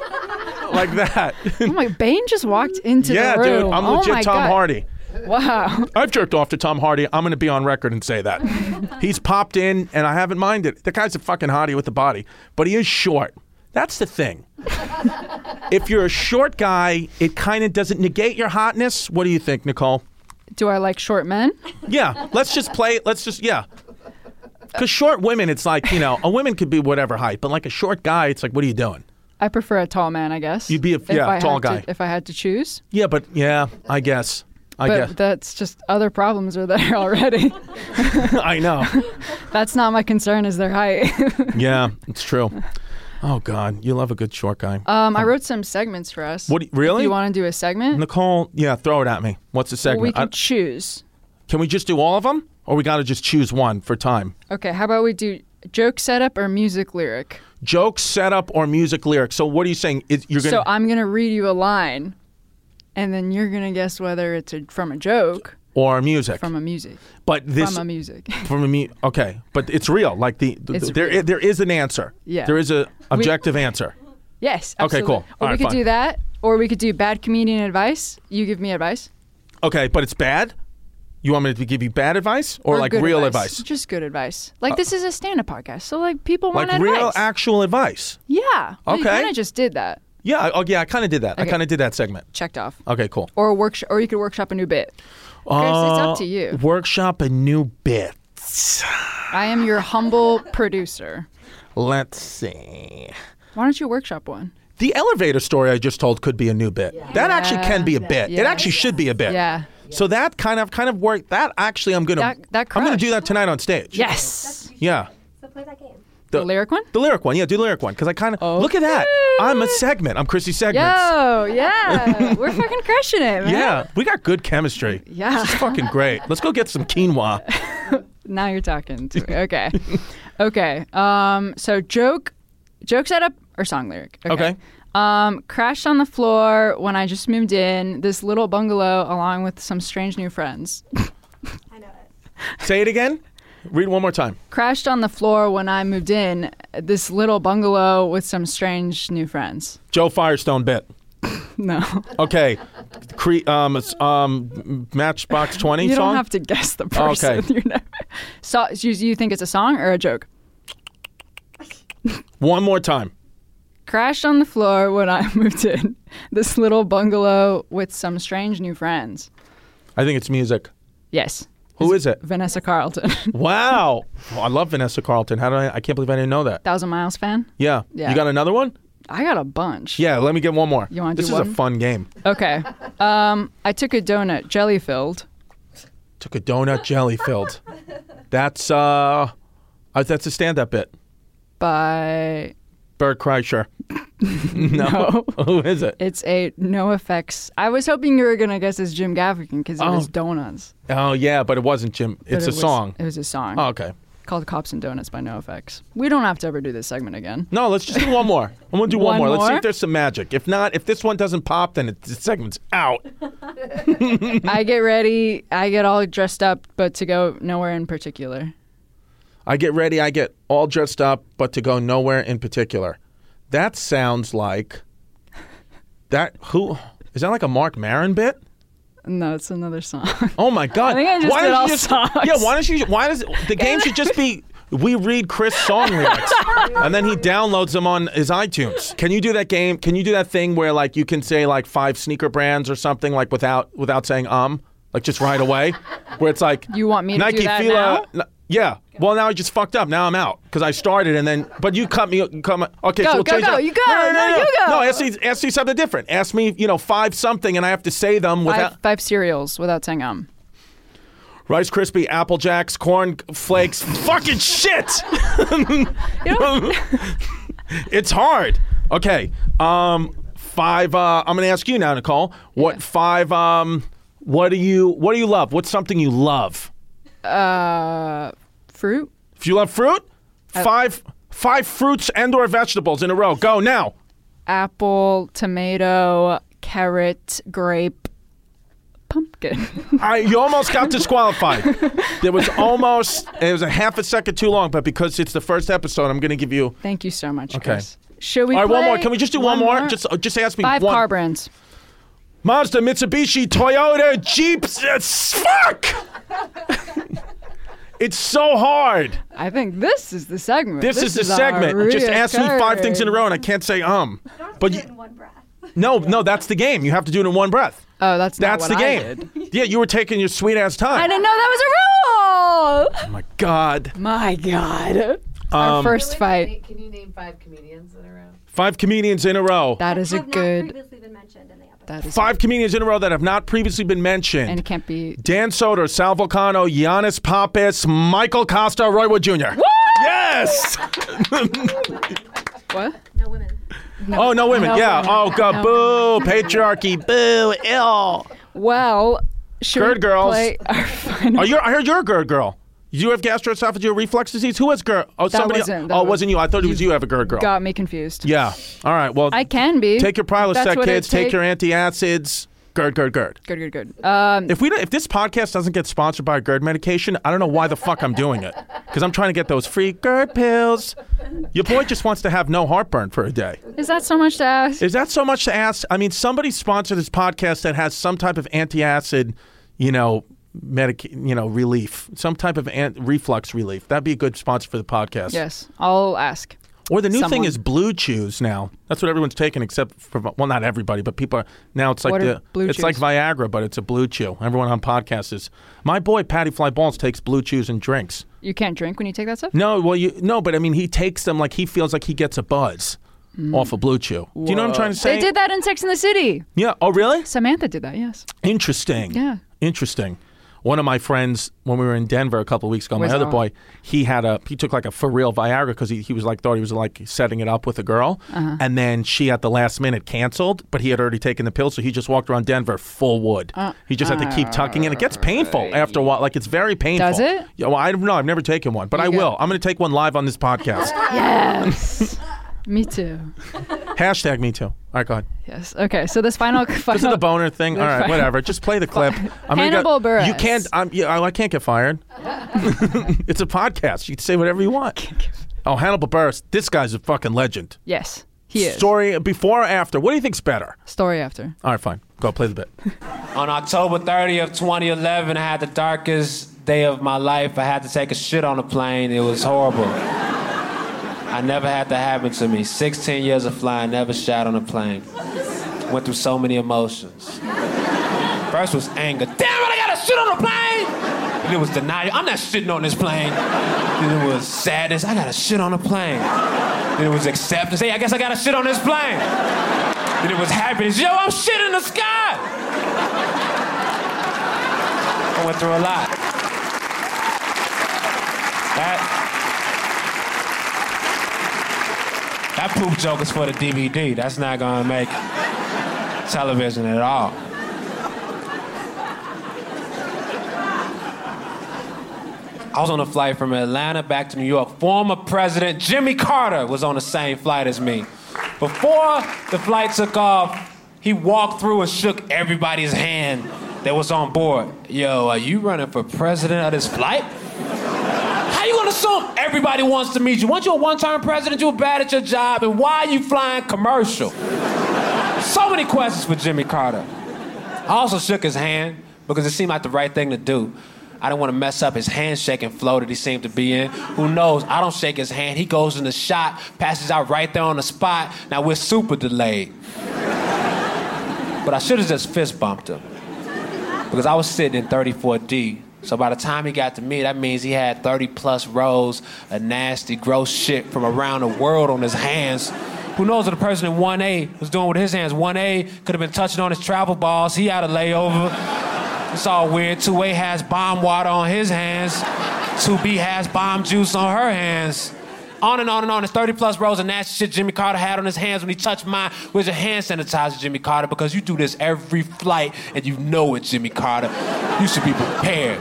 Speaker 3: like that.
Speaker 4: Oh my! Bane just walked into
Speaker 3: yeah,
Speaker 4: the room.
Speaker 3: dude. I'm
Speaker 4: oh my
Speaker 3: legit Tom
Speaker 4: God.
Speaker 3: Hardy.
Speaker 4: Wow.
Speaker 3: I've jerked off to Tom Hardy. I'm going to be on record and say that. He's popped in, and I haven't minded. The guy's a fucking hottie with a body, but he is short. That's the thing. if you're a short guy, it kind of doesn't negate your hotness. What do you think, Nicole?
Speaker 4: Do I like short men?
Speaker 3: Yeah, let's just play. Let's just, yeah. Because short women, it's like, you know, a woman could be whatever height, but like a short guy, it's like, what are you doing?
Speaker 4: I prefer a tall man, I guess.
Speaker 3: You'd be a-
Speaker 4: if
Speaker 3: yeah,
Speaker 4: I
Speaker 3: tall
Speaker 4: had to-
Speaker 3: guy.
Speaker 4: if I had to choose,
Speaker 3: Yeah, but yeah, I guess. I
Speaker 4: but
Speaker 3: guess.
Speaker 4: that's just other problems are there already.
Speaker 3: I know.
Speaker 4: that's not my concern. Is their height?
Speaker 3: Yeah, it's true. Oh, God. You love a good short guy.
Speaker 4: um, I wrote some segments for us.
Speaker 3: Oh. What do you- really?
Speaker 4: If you want to do a segment?
Speaker 3: Nicole, yeah, throw it at me. What's the
Speaker 4: Well, we
Speaker 3: segment? I-
Speaker 4: can
Speaker 3: can,
Speaker 4: choose.
Speaker 3: we just do all of them, or we got to just choose one for time?
Speaker 4: Okay, how about we do joke setup or music lyric?
Speaker 3: Joke setup or music lyric. So what are you saying? Is, you're gonna
Speaker 4: So I'm gonna read you a line, and then you're gonna guess whether it's a, from a joke
Speaker 3: or music,
Speaker 4: from a music
Speaker 3: but this
Speaker 4: from a music.
Speaker 3: from a mu- okay, but it's real. Like the, the-
Speaker 4: It's
Speaker 3: there
Speaker 4: real.
Speaker 3: there is an answer.
Speaker 4: Yeah.
Speaker 3: there is a objective answer.
Speaker 4: yes.
Speaker 3: Okay,
Speaker 4: Absolutely.
Speaker 3: cool. All
Speaker 4: Or we
Speaker 3: right,
Speaker 4: could
Speaker 3: fine.
Speaker 4: do that, or we could do bad comedian advice. You give me advice.
Speaker 3: Okay, but it's bad. You want me to give you bad advice or, like
Speaker 4: good
Speaker 3: real advice? Uh,
Speaker 4: Just good advice. Like this is a stand-up podcast, so like people want
Speaker 3: Like
Speaker 4: advice.
Speaker 3: real actual advice.
Speaker 4: yeah. We
Speaker 3: Okay.
Speaker 4: kind of just did that.
Speaker 3: Yeah, I- oh yeah, I kind of did that. I
Speaker 4: Okay.
Speaker 3: kind of did that segment.
Speaker 4: Checked off.
Speaker 3: Okay, cool.
Speaker 4: Or a workshop, or you could workshop a new bit. it's up to you.
Speaker 3: Uh, Workshop a new bit.
Speaker 4: I am your humble producer.
Speaker 3: Let's see.
Speaker 4: Why don't you workshop one?
Speaker 3: The elevator story I just told could be a new bit. That actually can be a bit. It
Speaker 4: Yeah.
Speaker 3: actually should be a bit.
Speaker 4: Yeah.
Speaker 3: So that kind of kind of worked. That actually, I'm gonna
Speaker 4: That- that
Speaker 3: I'm gonna
Speaker 4: crushed.
Speaker 3: do that tonight on stage.
Speaker 4: Yes.
Speaker 3: Yeah.
Speaker 6: So play that game.
Speaker 4: The lyric one.
Speaker 3: The lyric one. Yeah, do the lyric one because I kind of look at that. I'm a segment. I'm Chrissy segments.
Speaker 4: Yo, yeah, we're fucking crushing it, man.
Speaker 3: Yeah, we got good chemistry.
Speaker 4: Yeah.
Speaker 3: This is fucking great. Let's go get some quinoa.
Speaker 4: Now you're talking. To me. Okay, okay. Um, so joke, joke setup or song lyric.
Speaker 3: Okay.
Speaker 4: Um, crashed on the floor when I just moved in this little bungalow along with some strange new friends.
Speaker 6: I know it.
Speaker 3: Say it again. Read one more time.
Speaker 4: Crashed on the floor when I moved in this little bungalow with some strange new friends.
Speaker 3: Joe Firestone bit.
Speaker 4: No,
Speaker 3: Okay. Cre- um, it's, um, Matchbox 20
Speaker 4: you
Speaker 3: song? Oh,
Speaker 4: don't have to guess the person.
Speaker 3: Okay.
Speaker 4: You know, so you, you think it's a song or a joke?
Speaker 3: One more time.
Speaker 4: Crashed on the floor when I moved in this little bungalow with some strange new friends.
Speaker 3: I think it's music.
Speaker 4: Yes,
Speaker 3: Who is it?
Speaker 4: Vanessa Carlton,
Speaker 3: Wow. Oh, I love Vanessa Carlton. How did I? I can't believe I didn't know that.
Speaker 4: Thousand Miles fan.
Speaker 3: Yeah.
Speaker 4: Yeah.
Speaker 3: You got another one?
Speaker 4: I got a bunch.
Speaker 3: Yeah. Let me get one more.
Speaker 4: You wanna
Speaker 3: This
Speaker 4: do
Speaker 3: is a
Speaker 4: one?
Speaker 3: fun game.
Speaker 4: Okay. Um, I took a donut, jelly filled.
Speaker 3: Took a donut jelly filled. That's uh, uh, that's a stand-up bit.
Speaker 4: by
Speaker 3: Bert Kreischer. no. Who is it?
Speaker 4: it's a no effects. I was hoping you were gonna guess it's Jim Gaffigan because it was
Speaker 3: Oh.
Speaker 4: donuts.
Speaker 3: Oh yeah, but it wasn't Jim.
Speaker 4: but
Speaker 3: It's a
Speaker 4: it was-
Speaker 3: song.
Speaker 4: It was a song
Speaker 3: Oh, okay.
Speaker 4: called "Cops and Donuts" by No Effects. We don't have to ever do this segment again.
Speaker 3: No, let's just do one more. I'm gonna do one, more.
Speaker 4: One
Speaker 3: Let's see
Speaker 4: more?
Speaker 3: if there's some magic. If not, if this one doesn't pop, then it, the segment's out.
Speaker 4: I get ready. I get all dressed up, but to go nowhere in particular.
Speaker 3: I get ready. I get all dressed up, but to go nowhere in particular. That sounds like that. Who is that? Like a Mark Maron bit?
Speaker 4: No, it's another song.
Speaker 3: Oh my God!
Speaker 4: think I just
Speaker 3: why
Speaker 4: did
Speaker 3: don't you
Speaker 4: all
Speaker 3: just,
Speaker 4: songs.
Speaker 3: Yeah, why don't you? Why does the game should just be? We read Chris song lyrics, and then he downloads them on his iTunes. Can you do that game? Can you do that thing where like you can say like five sneaker brands or something like without without saying um, like just right away, where it's like
Speaker 4: You want me to do
Speaker 3: Nike
Speaker 4: that
Speaker 3: Fila.
Speaker 4: now?
Speaker 3: n- yeah. Well, now I just fucked up. Now I'm out because I started and then. But you cut me. Come. Okay.
Speaker 4: Go,
Speaker 3: so we'll
Speaker 4: go,
Speaker 3: change
Speaker 4: go.
Speaker 3: that.
Speaker 4: You go.
Speaker 3: No, no, no,
Speaker 4: No,
Speaker 3: no.
Speaker 4: you go.
Speaker 3: No, ask me, ask me something different. Ask me, you know, five something, and I have to say them without.
Speaker 4: Five, five cereals without saying um.
Speaker 3: Rice Krispie, Apple Jacks, Corn Flakes. fucking shit! it's hard. Okay. Um, five. Uh, I'm gonna ask you now, Nicole. What five? Um, what do you What do you love? What's something you love?
Speaker 4: Uh, fruit.
Speaker 3: If you love fruit,
Speaker 4: Oh.
Speaker 3: five five fruits and or vegetables in a row. Go now.
Speaker 4: Apple, tomato, carrot, grape, pumpkin.
Speaker 3: I, you almost got disqualified. There was almost it was a half a second too long, but because it's the first episode, I'm gonna give you.
Speaker 4: Thank you so much,
Speaker 3: Okay.
Speaker 4: Chris. Should we?
Speaker 3: All right, one
Speaker 4: play
Speaker 3: more. Can we just do one, more? Just uh, just ask me
Speaker 4: five
Speaker 3: one.
Speaker 4: car brands.
Speaker 3: Mazda, Mitsubishi, Toyota, Jeep. It's, fuck! it's so hard.
Speaker 4: I think this is the segment.
Speaker 3: This, is the segment. Just ask me five things in a
Speaker 4: reoccurring.
Speaker 3: row, and I can't say um. But you,
Speaker 6: in one breath.
Speaker 3: no, no, that's the game. You have to do it in one breath.
Speaker 4: Oh, that's not
Speaker 3: That's
Speaker 4: what
Speaker 3: the
Speaker 4: I did.
Speaker 3: game. Yeah, you were taking your sweet ass
Speaker 4: I
Speaker 3: time.
Speaker 4: didn't know that was a
Speaker 3: Oh
Speaker 4: rule.
Speaker 3: my god.
Speaker 4: My God.
Speaker 3: Um,
Speaker 4: Our first fight.
Speaker 9: Can you name five comedians that are out?
Speaker 3: Five comedians in a row.
Speaker 4: That is a
Speaker 6: Have not
Speaker 4: good.
Speaker 6: previously been mentioned in the episode.
Speaker 4: That is
Speaker 3: Five comedians in a row that have not previously been mentioned.
Speaker 4: and it can't be.
Speaker 3: Dan Soder, Sal Volcano, Giannis Pappas, Michael Costa, Roy Wood Jr. Yes!
Speaker 4: What?
Speaker 6: No women.
Speaker 3: Oh, no women.
Speaker 4: No
Speaker 3: yeah.
Speaker 4: women.
Speaker 3: Oh, God. Boo. Patriarchy. Boo. Ill.
Speaker 4: Well, should
Speaker 3: Good
Speaker 4: we
Speaker 3: girls.
Speaker 4: play our final?
Speaker 3: Are you, I heard you're a GERD girl. You have gastroesophageal reflux disease? Who has GERD? Oh, somebody.
Speaker 4: wasn't- that
Speaker 3: oh, it
Speaker 4: was-
Speaker 3: wasn't you. I thought it was you have a GERD girl.
Speaker 4: Got me confused.
Speaker 3: yeah. All right. Well,
Speaker 4: I can be.
Speaker 3: take your
Speaker 4: That's
Speaker 3: Prilosec,
Speaker 4: what it
Speaker 3: kids. Take
Speaker 4: take-
Speaker 3: your antacids. GERD, GERD, GERD.
Speaker 4: Good, good, good. Um,
Speaker 3: If we don't- if this podcast doesn't get sponsored by GERD medication, I don't know why the fuck I'm doing it. Because I'm trying to get those free GERD pills. Your boy just wants to have no heartburn for a day.
Speaker 4: is that so much to ask?
Speaker 3: Is that so much to ask? I mean, somebody sponsor this podcast that has some type of antiacid, you know, medic, you know, relief, some type of ant- reflux relief. That'd be a good sponsor for the podcast.
Speaker 4: Yes, I'll ask.
Speaker 3: Or the new thing
Speaker 4: Someone.
Speaker 3: is blue chews now. That's what everyone's taking, except for well, not everybody, but people are now. It's like
Speaker 4: What are
Speaker 3: the
Speaker 4: blue
Speaker 3: it's like
Speaker 4: chews?
Speaker 3: Viagra, but it's a blue chew. Everyone on podcasts is my boy Patty Flyballs takes blue chews and drinks.
Speaker 4: You can't drink when you take that stuff.
Speaker 3: No, well, you no, but I mean, he takes them like he feels like he gets a buzz off a blue chew. Do you know what I'm trying to say?
Speaker 4: Mm. They did that in Sex in the City.
Speaker 3: Yeah. Oh, really?
Speaker 4: Samantha did that. Yes.
Speaker 3: Interesting.
Speaker 4: Yeah.
Speaker 3: Interesting. One of my friends, when we were in Denver a couple of weeks ago, my
Speaker 4: Was
Speaker 3: other
Speaker 4: on.
Speaker 3: boy, he had a he took like a for real Viagra because he, he was like thought he was like setting it up with a girl,
Speaker 4: Uh-huh.
Speaker 3: and then she at the last minute canceled, but he had already taken the pill, so he just walked around Denver full wood.
Speaker 4: Uh,
Speaker 3: he just had to keep tucking in. It gets painful after a while, like it's very painful.
Speaker 4: Does it?
Speaker 3: Yeah, well, I don't know. I've never taken one, but I
Speaker 4: go.
Speaker 3: will. I'm going to take one live on this podcast.
Speaker 4: Yes. Me too.
Speaker 3: Hashtag me too. All right, go ahead.
Speaker 4: Yes. Okay. So this final
Speaker 3: This is
Speaker 4: final
Speaker 3: the boner thing. All right,
Speaker 4: fine.
Speaker 3: whatever. Just play the clip. I'm gonna
Speaker 4: Hannibal Buress.
Speaker 3: You can't. I'm, yeah, oh, I- I can't get fired. it's a podcast. You can say whatever you want. Oh, Hannibal Burris. This guy's a fucking legend.
Speaker 4: Yes, he is.
Speaker 3: Story before or after? What do you think's better?
Speaker 4: Story after.
Speaker 3: All right, fine. Go play the bit.
Speaker 10: On October 30th, 2011, I had the darkest day of my life. I had to take a shit on a plane. It was horrible. I never had that happen to me. 16 years of flying, never shot on a plane. Went through so many emotions. First was anger. Damn it, I got to shit on a plane! And it was denial. I'm not shitting on this plane. Then it was sadness. I got to shit on a plane. Then it was acceptance. Hey, I guess I got to shit on this plane. Then it was happiness. Yo, I'm shit in the sky! I went through a lot. That, that poop joke is for the DVD. That's not gonna make television at all. I was on a flight from Atlanta back to New York. Former President Jimmy Carter was on the same flight as me. Before the flight took off, he walked through and shook everybody's hand that was on board. Yo, are you running for president of this flight? How you gonna assume everybody wants to meet you? Once you're a one-time president, you're bad at your job, and why are you flying commercial? so many questions for Jimmy Carter. I also shook his hand because it seemed like the right thing to do. I didn't want to mess up his handshaking flow that he seemed to be in. Who knows? I don't shake his hand. He goes in the shot, passes out right there on the spot. Now we're super delayed. but I should have just fist bumped him because I was sitting in 34D. So by the time he got to me, that means he had 30 plus rows of nasty, gross shit from around the world on his hands. Who knows what the person in 1A was doing with his hands? 1A could have been touching on his travel balls. He had a layover. It's all weird. 2A has bomb water on his hands. 2B has bomb juice on her hands. On and on and on. There's 30 plus rows of nasty shit Jimmy Carter had on his hands when he touched mine. Where's your hand sanitizer, Jimmy Carter? Because you do this every flight and you know it, Jimmy Carter. You should be prepared.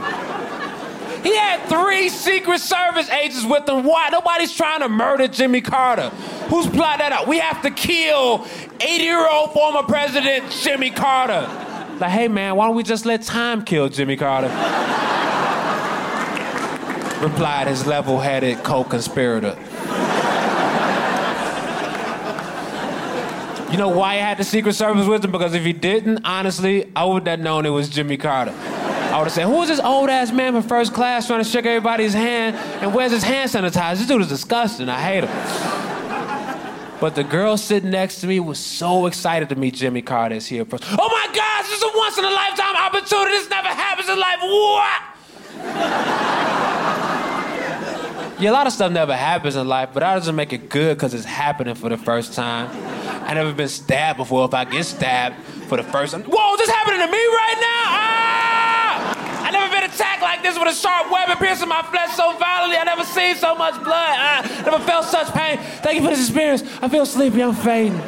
Speaker 10: He had three Secret Service agents with him. Why? Nobody's trying to murder Jimmy Carter. Who's plotting that out? We have to kill 80 year old former president Jimmy Carter. Like, hey man, why don't we just let time kill Jimmy Carter? Replied his level headed co conspirator. You know why he had the Secret Service with him? Because if he didn't, honestly, I would have known it was Jimmy Carter. I would have said, Who is this old ass man from first class trying to shake everybody's hand? And where's his hand sanitizer? This dude is disgusting. I hate him. But the girl sitting next to me was so excited to meet Jimmy Carter as he approached. Oh my gosh, this is a once in a lifetime opportunity. This never happens in life. What? Yeah, a lot of stuff never happens in life, but that doesn't make it good because it's happening for the first time. I never been stabbed before. If I get stabbed for the first time, whoa, is this happening to me right now? Ah! I never been attacked like this with a sharp weapon piercing my flesh so violently. I never seen so much blood. I never felt such pain. Thank you for this experience. I feel sleepy. I'm fading.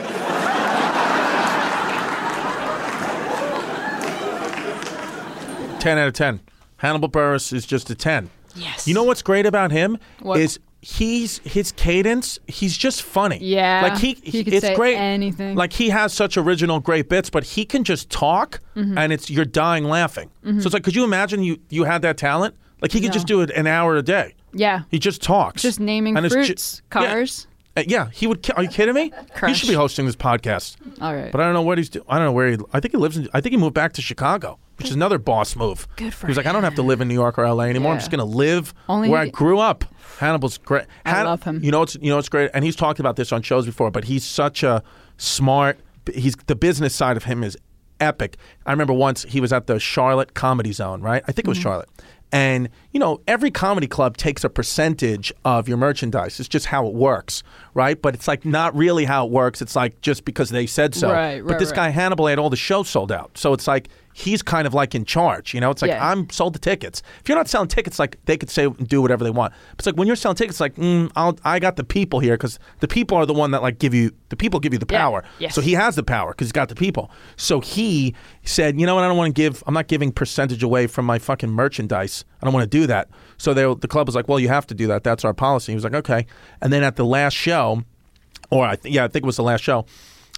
Speaker 3: Ten out of ten. Hannibal Burris is just a ten.
Speaker 4: Yes.
Speaker 3: You know what's great about him
Speaker 4: What?
Speaker 3: is he's his cadence. He's just funny.
Speaker 4: Yeah.
Speaker 3: like he,
Speaker 4: He could
Speaker 3: it's
Speaker 4: say
Speaker 3: great.
Speaker 4: anything.
Speaker 3: Like he has such original great bits, but he can just talk,
Speaker 4: Mm-hmm.
Speaker 3: and it's you're dying laughing. So it's like, could you imagine you you had that talent? Like he could
Speaker 4: No.
Speaker 3: just do it an hour a day.
Speaker 4: Yeah.
Speaker 3: He just talks.
Speaker 4: Just naming
Speaker 3: it's ju-
Speaker 4: fruits,
Speaker 3: Yeah.
Speaker 4: cars.
Speaker 3: Uh, Yeah. he would. ki- Are you kidding me? He
Speaker 4: Crush.
Speaker 3: should be hosting this podcast.
Speaker 4: All right.
Speaker 3: But I don't know what he's doing. I don't know where he. I think he lives in. I think he moved back to Chicago, which is another boss move.
Speaker 4: Good for
Speaker 3: He was like, I don't have to live in New York or L.A. anymore. I'm
Speaker 4: Yeah.
Speaker 3: just gonna live
Speaker 4: Only
Speaker 3: where
Speaker 4: he-
Speaker 3: I grew up. Hannibal's great.
Speaker 4: I love him.
Speaker 3: You know it's you know it's great, and he's talked about this on shows before. But he's such a smart. He's the business side of him is epic. I remember once he was at the Charlotte Comedy Zone, right? I think it
Speaker 4: Mm-hmm.
Speaker 3: was Charlotte. And you know, every comedy club takes a percentage of your merchandise. It's just how it works, right? But it's like not really how it works. It's like just because they said so.
Speaker 4: Right,
Speaker 3: but
Speaker 4: right,
Speaker 3: this
Speaker 4: right.
Speaker 3: guy Hannibal had all the shows sold out. So it's like he's kind of like in charge. You know, it's like
Speaker 4: Yeah.
Speaker 3: I'm sold the tickets. If you're not selling tickets, like they could say do whatever they want. But it's like when you're selling tickets, like mm, I'll, I got the people here because the people are the one that like give you the people give you the
Speaker 4: Yeah.
Speaker 3: power.
Speaker 4: Yes.
Speaker 3: So he has the power because he's got the people. So he said, you know what? I don't want to give. I'm not giving percentage away from my fucking merchandise. I don't want to do that. So they, the club was like, well, you have to do that. That's our policy. He was like, okay. And then at the last show or I th- yeah, I think it was the last show.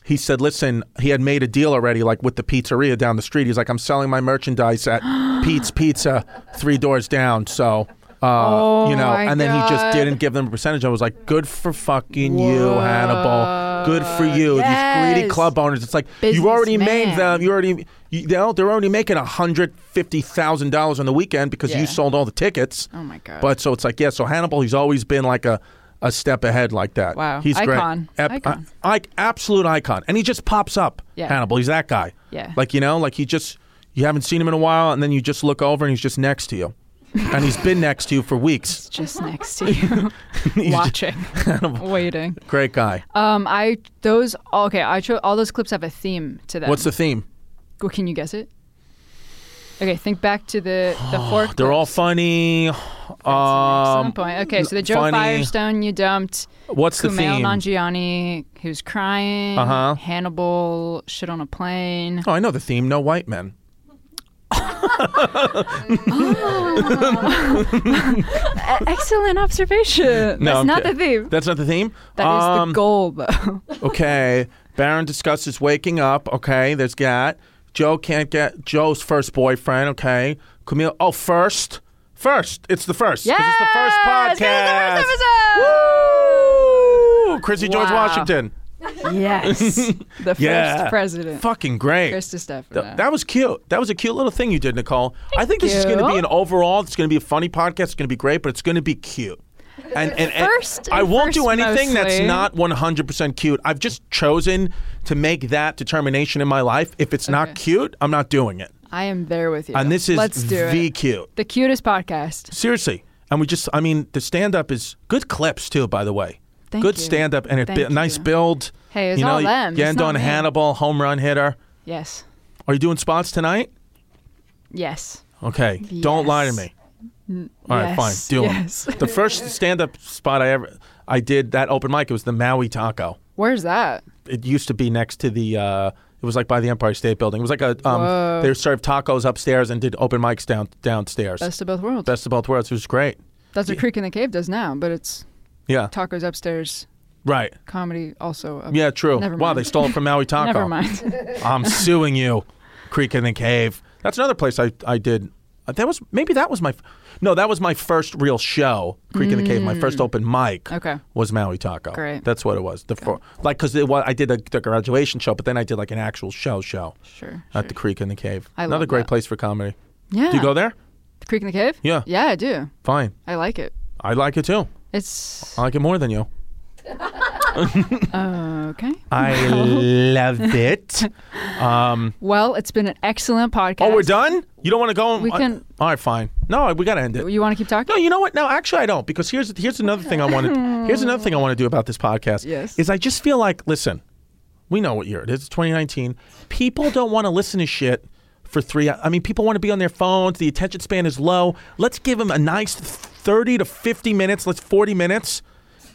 Speaker 3: He said, "Listen, he had made a deal already, like with the pizzeria down the street. He's like, I'm selling my merchandise at Pete's Pizza, three doors down. So, uh,
Speaker 11: Oh,
Speaker 3: you know,
Speaker 11: my
Speaker 3: and then he just
Speaker 11: God.
Speaker 3: didn't give them a percentage. I was like, good for fucking you, Hannibal. Good for you. These greedy
Speaker 11: Yes.
Speaker 3: club owners. It's like you've already made
Speaker 11: Businessman.
Speaker 3: them. You already, you, they're they're already making hundred fifty thousand dollars on the weekend because
Speaker 11: Yeah.
Speaker 3: you sold all the tickets.
Speaker 4: Oh my God.
Speaker 3: But so it's like, yeah. So Hannibal, he's always been like a a step ahead like that.
Speaker 4: Wow.
Speaker 3: he's
Speaker 4: Icon.
Speaker 3: great. uh,
Speaker 4: Icon.
Speaker 3: I, absolute icon, and he just pops up.
Speaker 4: Yeah.
Speaker 3: Hannibal, he's that guy.
Speaker 4: Yeah.
Speaker 3: like you know, like he just you haven't seen him in a while, and then you just look over and he's just next to you, and he's been next to you for weeks.
Speaker 4: just next to you,
Speaker 3: He's
Speaker 4: watching, waiting.
Speaker 3: just- great guy.
Speaker 4: Um, I those okay. I chose all those clips have a theme to them.
Speaker 3: What's the theme?
Speaker 4: Well, can you guess it? Okay, think back to the the fork.
Speaker 3: They're all funny. Um,
Speaker 4: Excellent point. Okay, so the Joe
Speaker 3: funny.
Speaker 4: Firestone you dumped.
Speaker 3: What's the
Speaker 4: Kumail
Speaker 3: theme?
Speaker 4: Nanjiani, who's crying.
Speaker 3: Uh-huh.
Speaker 4: Hannibal, shit on a plane.
Speaker 3: Oh, I know the theme. No white men.
Speaker 4: E- Excellent observation.
Speaker 3: No,
Speaker 4: That's
Speaker 3: I'm
Speaker 4: not
Speaker 3: kidding.
Speaker 4: the theme.
Speaker 3: That's not the theme. Um,
Speaker 4: That is the goal, though.
Speaker 3: okay. Baron discusses waking up. Okay, there's that. Joe can't get Joe's first boyfriend. Okay, Camille. Oh, first, first. It's the first. 'cause It's the first
Speaker 4: Yes, it
Speaker 3: podcast.
Speaker 4: was the first
Speaker 3: Woo! Chrissy George
Speaker 4: Wow.
Speaker 3: Washington.
Speaker 4: Yes. the first
Speaker 3: Yeah.
Speaker 4: president.
Speaker 3: Fucking great.
Speaker 4: Krista
Speaker 3: Th-
Speaker 4: Stefano.
Speaker 3: that was cute. That was a cute little thing you did, Nicole. I think this is
Speaker 4: you.
Speaker 3: going to be an overall. It's going to be a funny podcast. It's going to be great, but it's going to be cute. And, and, and
Speaker 4: First-
Speaker 3: I won't do
Speaker 4: first
Speaker 3: anything that's
Speaker 4: mostly.
Speaker 3: not 100% cute. I've just chosen to make that determination in my life. If it's not cute, I'm not doing it.
Speaker 4: I am there with you.
Speaker 3: And this is
Speaker 4: Let's do
Speaker 3: the
Speaker 4: it.
Speaker 3: cute.
Speaker 4: The cutest podcast.
Speaker 3: Seriously. And we just, I mean, the stand up is good clips too, by the way.
Speaker 4: Thank
Speaker 3: good
Speaker 4: you.
Speaker 3: stand up and a
Speaker 4: Thank
Speaker 3: bi- nice build.
Speaker 4: Hey, it's
Speaker 3: you know,
Speaker 4: all them. It's
Speaker 3: Yandon
Speaker 4: not me.
Speaker 3: Hannibal, home run hitter.
Speaker 4: Yes.
Speaker 3: Are you doing spots tonight?
Speaker 4: Yes.
Speaker 3: Okay. Don't lie to me.
Speaker 4: N-
Speaker 3: All right,
Speaker 4: yes.
Speaker 3: fine. Do 'em.
Speaker 4: yes.
Speaker 3: The first stand-up spot I ever I did that open mic. It was the Maui Taco.
Speaker 4: Where's that?
Speaker 3: It used to be next to the. Uh, it was like by the Empire State Building. It was like a.
Speaker 4: Whoa.
Speaker 3: Um, they served tacos upstairs and did open mics down downstairs.
Speaker 4: Best of both worlds.
Speaker 3: Best of both worlds. It was great.
Speaker 4: That's what Creek in the Cave does now, but it's
Speaker 3: Yeah.
Speaker 4: tacos upstairs,
Speaker 3: Right.
Speaker 4: comedy also. Up.
Speaker 3: Yeah. True.
Speaker 4: Never
Speaker 3: Wow.
Speaker 4: mind.
Speaker 3: They stole it from Maui Taco.
Speaker 4: Never mind.
Speaker 3: I'm suing you, Creek in the Cave. That's another place I, I did. uh, That was maybe that was my f- no, that was my first real show, Creek in the Cave. My first open mic
Speaker 4: Mm. Okay.
Speaker 3: was Maui Taco.
Speaker 4: Great.
Speaker 3: that's what it was. The fir- like because I did a, the graduation show, but then I did like an actual show show.
Speaker 4: Sure,
Speaker 3: At the Creek in the Cave.
Speaker 4: I
Speaker 3: another
Speaker 4: love
Speaker 3: great
Speaker 4: that.
Speaker 3: place for comedy.
Speaker 4: Yeah.
Speaker 3: Do you go there?
Speaker 4: The Creek in the Cave?
Speaker 3: Yeah.
Speaker 4: Yeah, I do.
Speaker 3: Fine.
Speaker 4: I like it.
Speaker 3: I like it too.
Speaker 4: It's
Speaker 3: I like it more than you.
Speaker 4: okay.
Speaker 3: I love it. Um,
Speaker 4: Well, it's been an excellent podcast.
Speaker 3: oh, we're done. You don't want to go? uh,
Speaker 4: We can-
Speaker 3: all right, fine. No, we got to end it.
Speaker 4: You want to keep talking?
Speaker 3: No, you know what? No, actually, I don't. Because here's here's another thing I want to here's another thing I want to do about this podcast.
Speaker 11: Yes.
Speaker 3: is I just feel like listen, we know what year it is. It's 2019. People don't want to listen to shit for three. I mean, people want to be on their phones. The attention span is low. Let's give them a nice 30 to 50 minutes. Let's 40 minutes,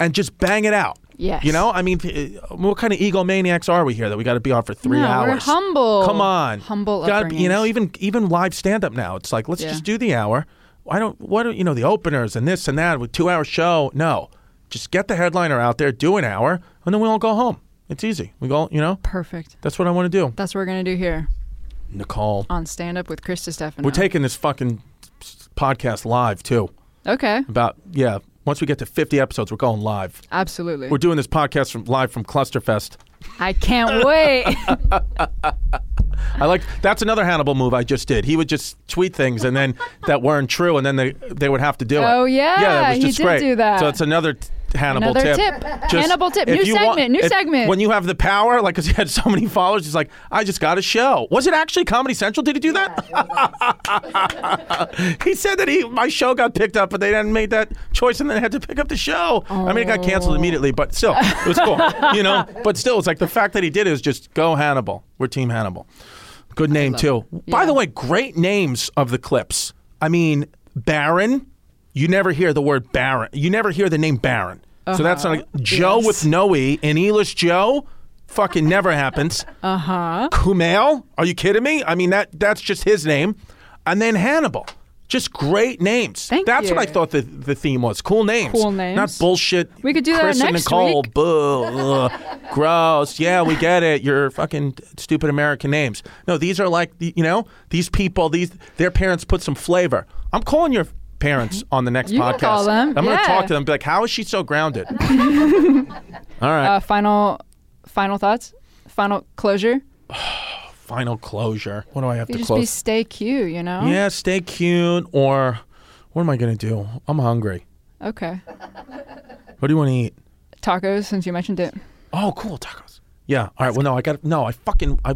Speaker 3: and just bang it out.
Speaker 4: Yes.
Speaker 3: You know, I mean, eh, what kind of egomaniacs are we here that we got to be on for three
Speaker 4: No,
Speaker 3: hours?
Speaker 4: we're humble.
Speaker 3: Come on,
Speaker 4: Humble
Speaker 3: Gotta be- You know,
Speaker 4: upbringings.
Speaker 3: even even live stand up now. It's like let's
Speaker 4: Yeah.
Speaker 3: just do the hour. I don't what are- you know the openers and this and that with two hour show. No, just get the headliner out there, do an hour, and then we all go home. It's easy. We go, you know.
Speaker 4: Perfect.
Speaker 3: That's what I want to do.
Speaker 4: That's what we're going to do here
Speaker 3: Nicole,
Speaker 4: on Stand Up with Krista Stefano.
Speaker 3: we're taking this fucking s- podcast live too.
Speaker 4: Okay.
Speaker 3: About yeah, once we get to fifty episodes, we're going live.
Speaker 4: Absolutely.
Speaker 3: We're doing this podcast from live from Clusterfest.
Speaker 4: I can't wait.
Speaker 3: I like that's another Hannibal move I just did. He would just tweet things and then that weren't true, and then they they would have to do it.
Speaker 4: Oh, yeah,
Speaker 3: yeah, that was
Speaker 4: he
Speaker 3: just
Speaker 4: did
Speaker 3: great.
Speaker 4: do that.
Speaker 3: So it's another t- Hannibal
Speaker 4: Another
Speaker 3: tip.
Speaker 4: tip. Hannibal tip.
Speaker 3: if
Speaker 4: New
Speaker 3: you want-
Speaker 4: segment, new
Speaker 3: if-
Speaker 4: segment.
Speaker 3: When you have the power, like because he had so many followers, he's like, I just got a show. Was it actually Comedy Central? Did he do that? he said that he my show got picked up, but they didn't make that choice, and then had to pick up the show. I mean, it got canceled immediately, but still, it was cool. you know, but still, it's like the fact that he did is just go Hannibal. We're Team Hannibal. Good name too. By the way, great names of the clips. I mean, Baron. You never hear the word Baron. You never hear the name Baron. So that's not a, Joe with no e and Elish Joe. Fucking never happens.
Speaker 4: uh huh.
Speaker 3: Kumail? Are you kidding me? I mean that that's just his name. And then Hannibal. Just great names.
Speaker 4: Thank
Speaker 3: That's what
Speaker 4: you.
Speaker 3: I thought the, the theme was. Cool names.
Speaker 4: Cool names.
Speaker 3: Not bullshit.
Speaker 4: We could do that
Speaker 3: Chris
Speaker 4: next
Speaker 3: and Nicole. Boo. Ugh. gross. Yeah, we get it. Your fucking stupid American names. No, these are like the- you know these people. These their parents put some flavor. I'm calling your parents on the next
Speaker 4: You can
Speaker 3: podcast.
Speaker 4: call them.
Speaker 3: I'm
Speaker 4: Yeah.
Speaker 3: to talk to them. and Be like, how is she so grounded? All right.
Speaker 4: Uh, final, final thoughts. Final closure.
Speaker 3: Final closure. What do I have
Speaker 4: You
Speaker 3: to
Speaker 4: just
Speaker 3: close?
Speaker 4: be stay cute, you know.
Speaker 3: Yeah, stay cute or what am I gonna do? I'm hungry.
Speaker 4: Okay.
Speaker 3: What do you want to eat?
Speaker 4: Tacos, since you mentioned it.
Speaker 3: Oh, cool tacos. Yeah. All right. Well, no, I got no. I fucking I.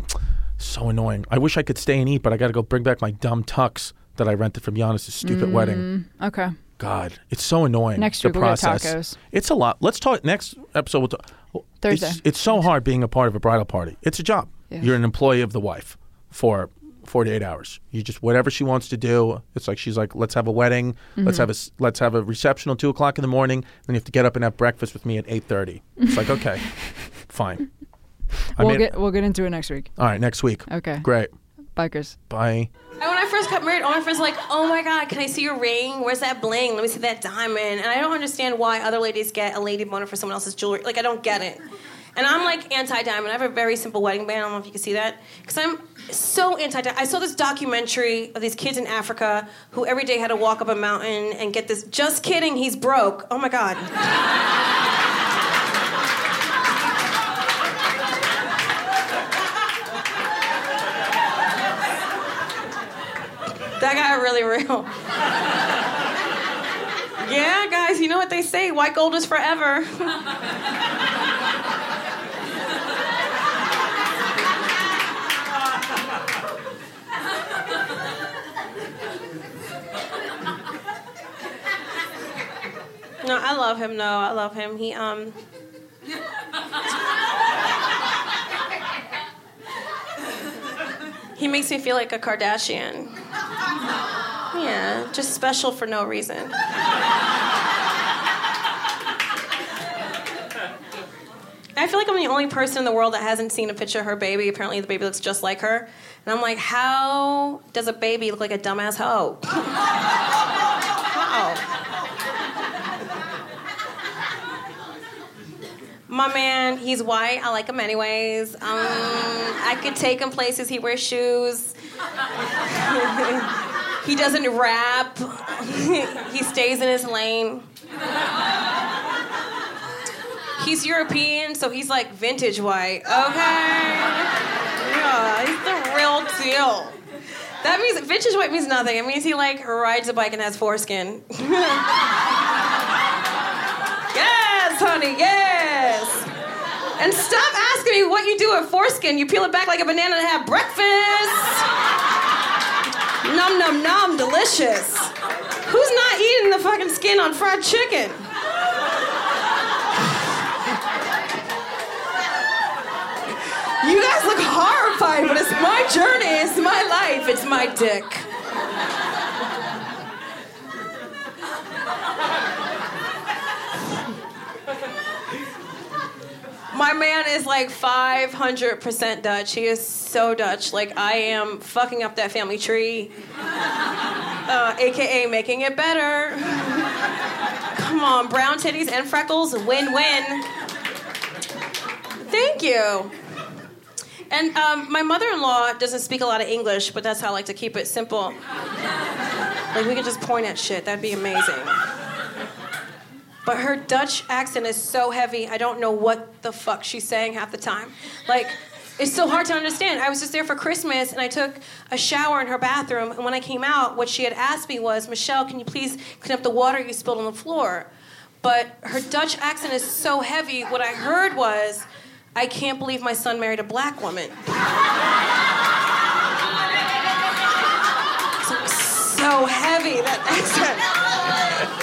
Speaker 3: So annoying. I wish I could stay and eat, but I got to go bring back my dumb tux that I rented from Giannis's stupid wedding.
Speaker 4: Mm, Okay.
Speaker 3: God, it's so annoying.
Speaker 4: Next
Speaker 3: the
Speaker 4: week we'll get
Speaker 3: process.
Speaker 4: tacos.
Speaker 3: It's a lot. Let's talk next episode. We'll talk.
Speaker 4: Thursday.
Speaker 3: It's, it's so hard being a part of a bridal party. It's a job.
Speaker 4: Yeah.
Speaker 3: You're an employee of the wife for 48 hours. You just whatever she wants to do. It's like she's like, let's have a wedding. Let's
Speaker 4: Mm-hmm.
Speaker 3: have a s- let's have a reception at two o'clock in the morning. Then you have to get up and have breakfast with me at 8:30. It's like okay, fine. I
Speaker 4: We'll
Speaker 3: made-
Speaker 4: get we'll get into it next week.
Speaker 3: all right next week.
Speaker 4: Okay.
Speaker 3: Great.
Speaker 4: Bikers.
Speaker 3: Bye.
Speaker 10: And when I first got married, all my friends were like, "Oh my God, can I see your ring? Where's that bling? Let me see that diamond." And I don't understand why other ladies get a lady boner for someone else's jewelry. Like I don't get it. And I'm like anti-diamond. I have a very simple wedding band. I don't know if you can see that because I'm so anti-diamond. I saw this documentary of these kids in Africa who every day had to walk up a mountain and get this. Just kidding, he's broke. Oh my God. That got really real. yeah, guys, you know what they say white gold is forever. No, I love him. No, I love him. He um. He makes me feel like a Kardashian. Yeah, just special for no reason. I feel like I'm the only person in the world that hasn't seen a picture of her baby. Apparently, the baby looks just like her. And I'm like, how does a baby look like a dumbass hoe? How? My man, he's white. I like him anyways. Um, I could take him places. He wears shoes. he doesn't rap. he stays in his lane. He's European, so he's like vintage white. Okay. Yeah, he's the real deal. That means vintage white means nothing. It means he like rides a bike and has foreskin. yes, honey, yes. And stop asking me what you do with foreskin. You peel it back like a banana and have breakfast. Num num num, delicious. Who's not eating the fucking skin on fried chicken? You guys look horrified, but it's my journey, it's my life, it's my dick. My man is like 500% Dutch. He is so Dutch. Like, I am fucking up that family tree, uh, aka making it better. Come on, brown titties and freckles, win win. Thank you. And um, my mother in law doesn't speak a lot of English, but that's how I like to keep it simple. Like, we could just point at shit, that'd be amazing. But her Dutch accent is so heavy, I don't know what the fuck she's saying half the time. Like, it's so hard to understand. I was just there for Christmas and I took a shower in her bathroom, and when I came out, what she had asked me was, Michelle, can you please clean up the water you spilled on the floor? But her Dutch accent is so heavy, what I heard was, I can't believe my son married a black woman. so, so heavy, that accent.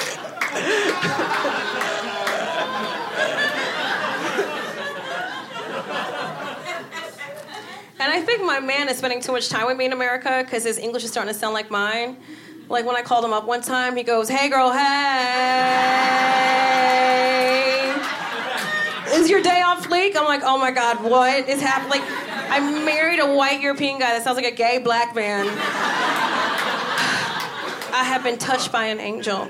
Speaker 10: And I think my man is spending too much time with me in America because his English is starting to sound like mine. Like when I called him up one time, he goes, Hey girl, hey. Is your day off fleek? I'm like, Oh my God, what is happening? Like, I married a white European guy that sounds like a gay black man. I have been touched by an angel.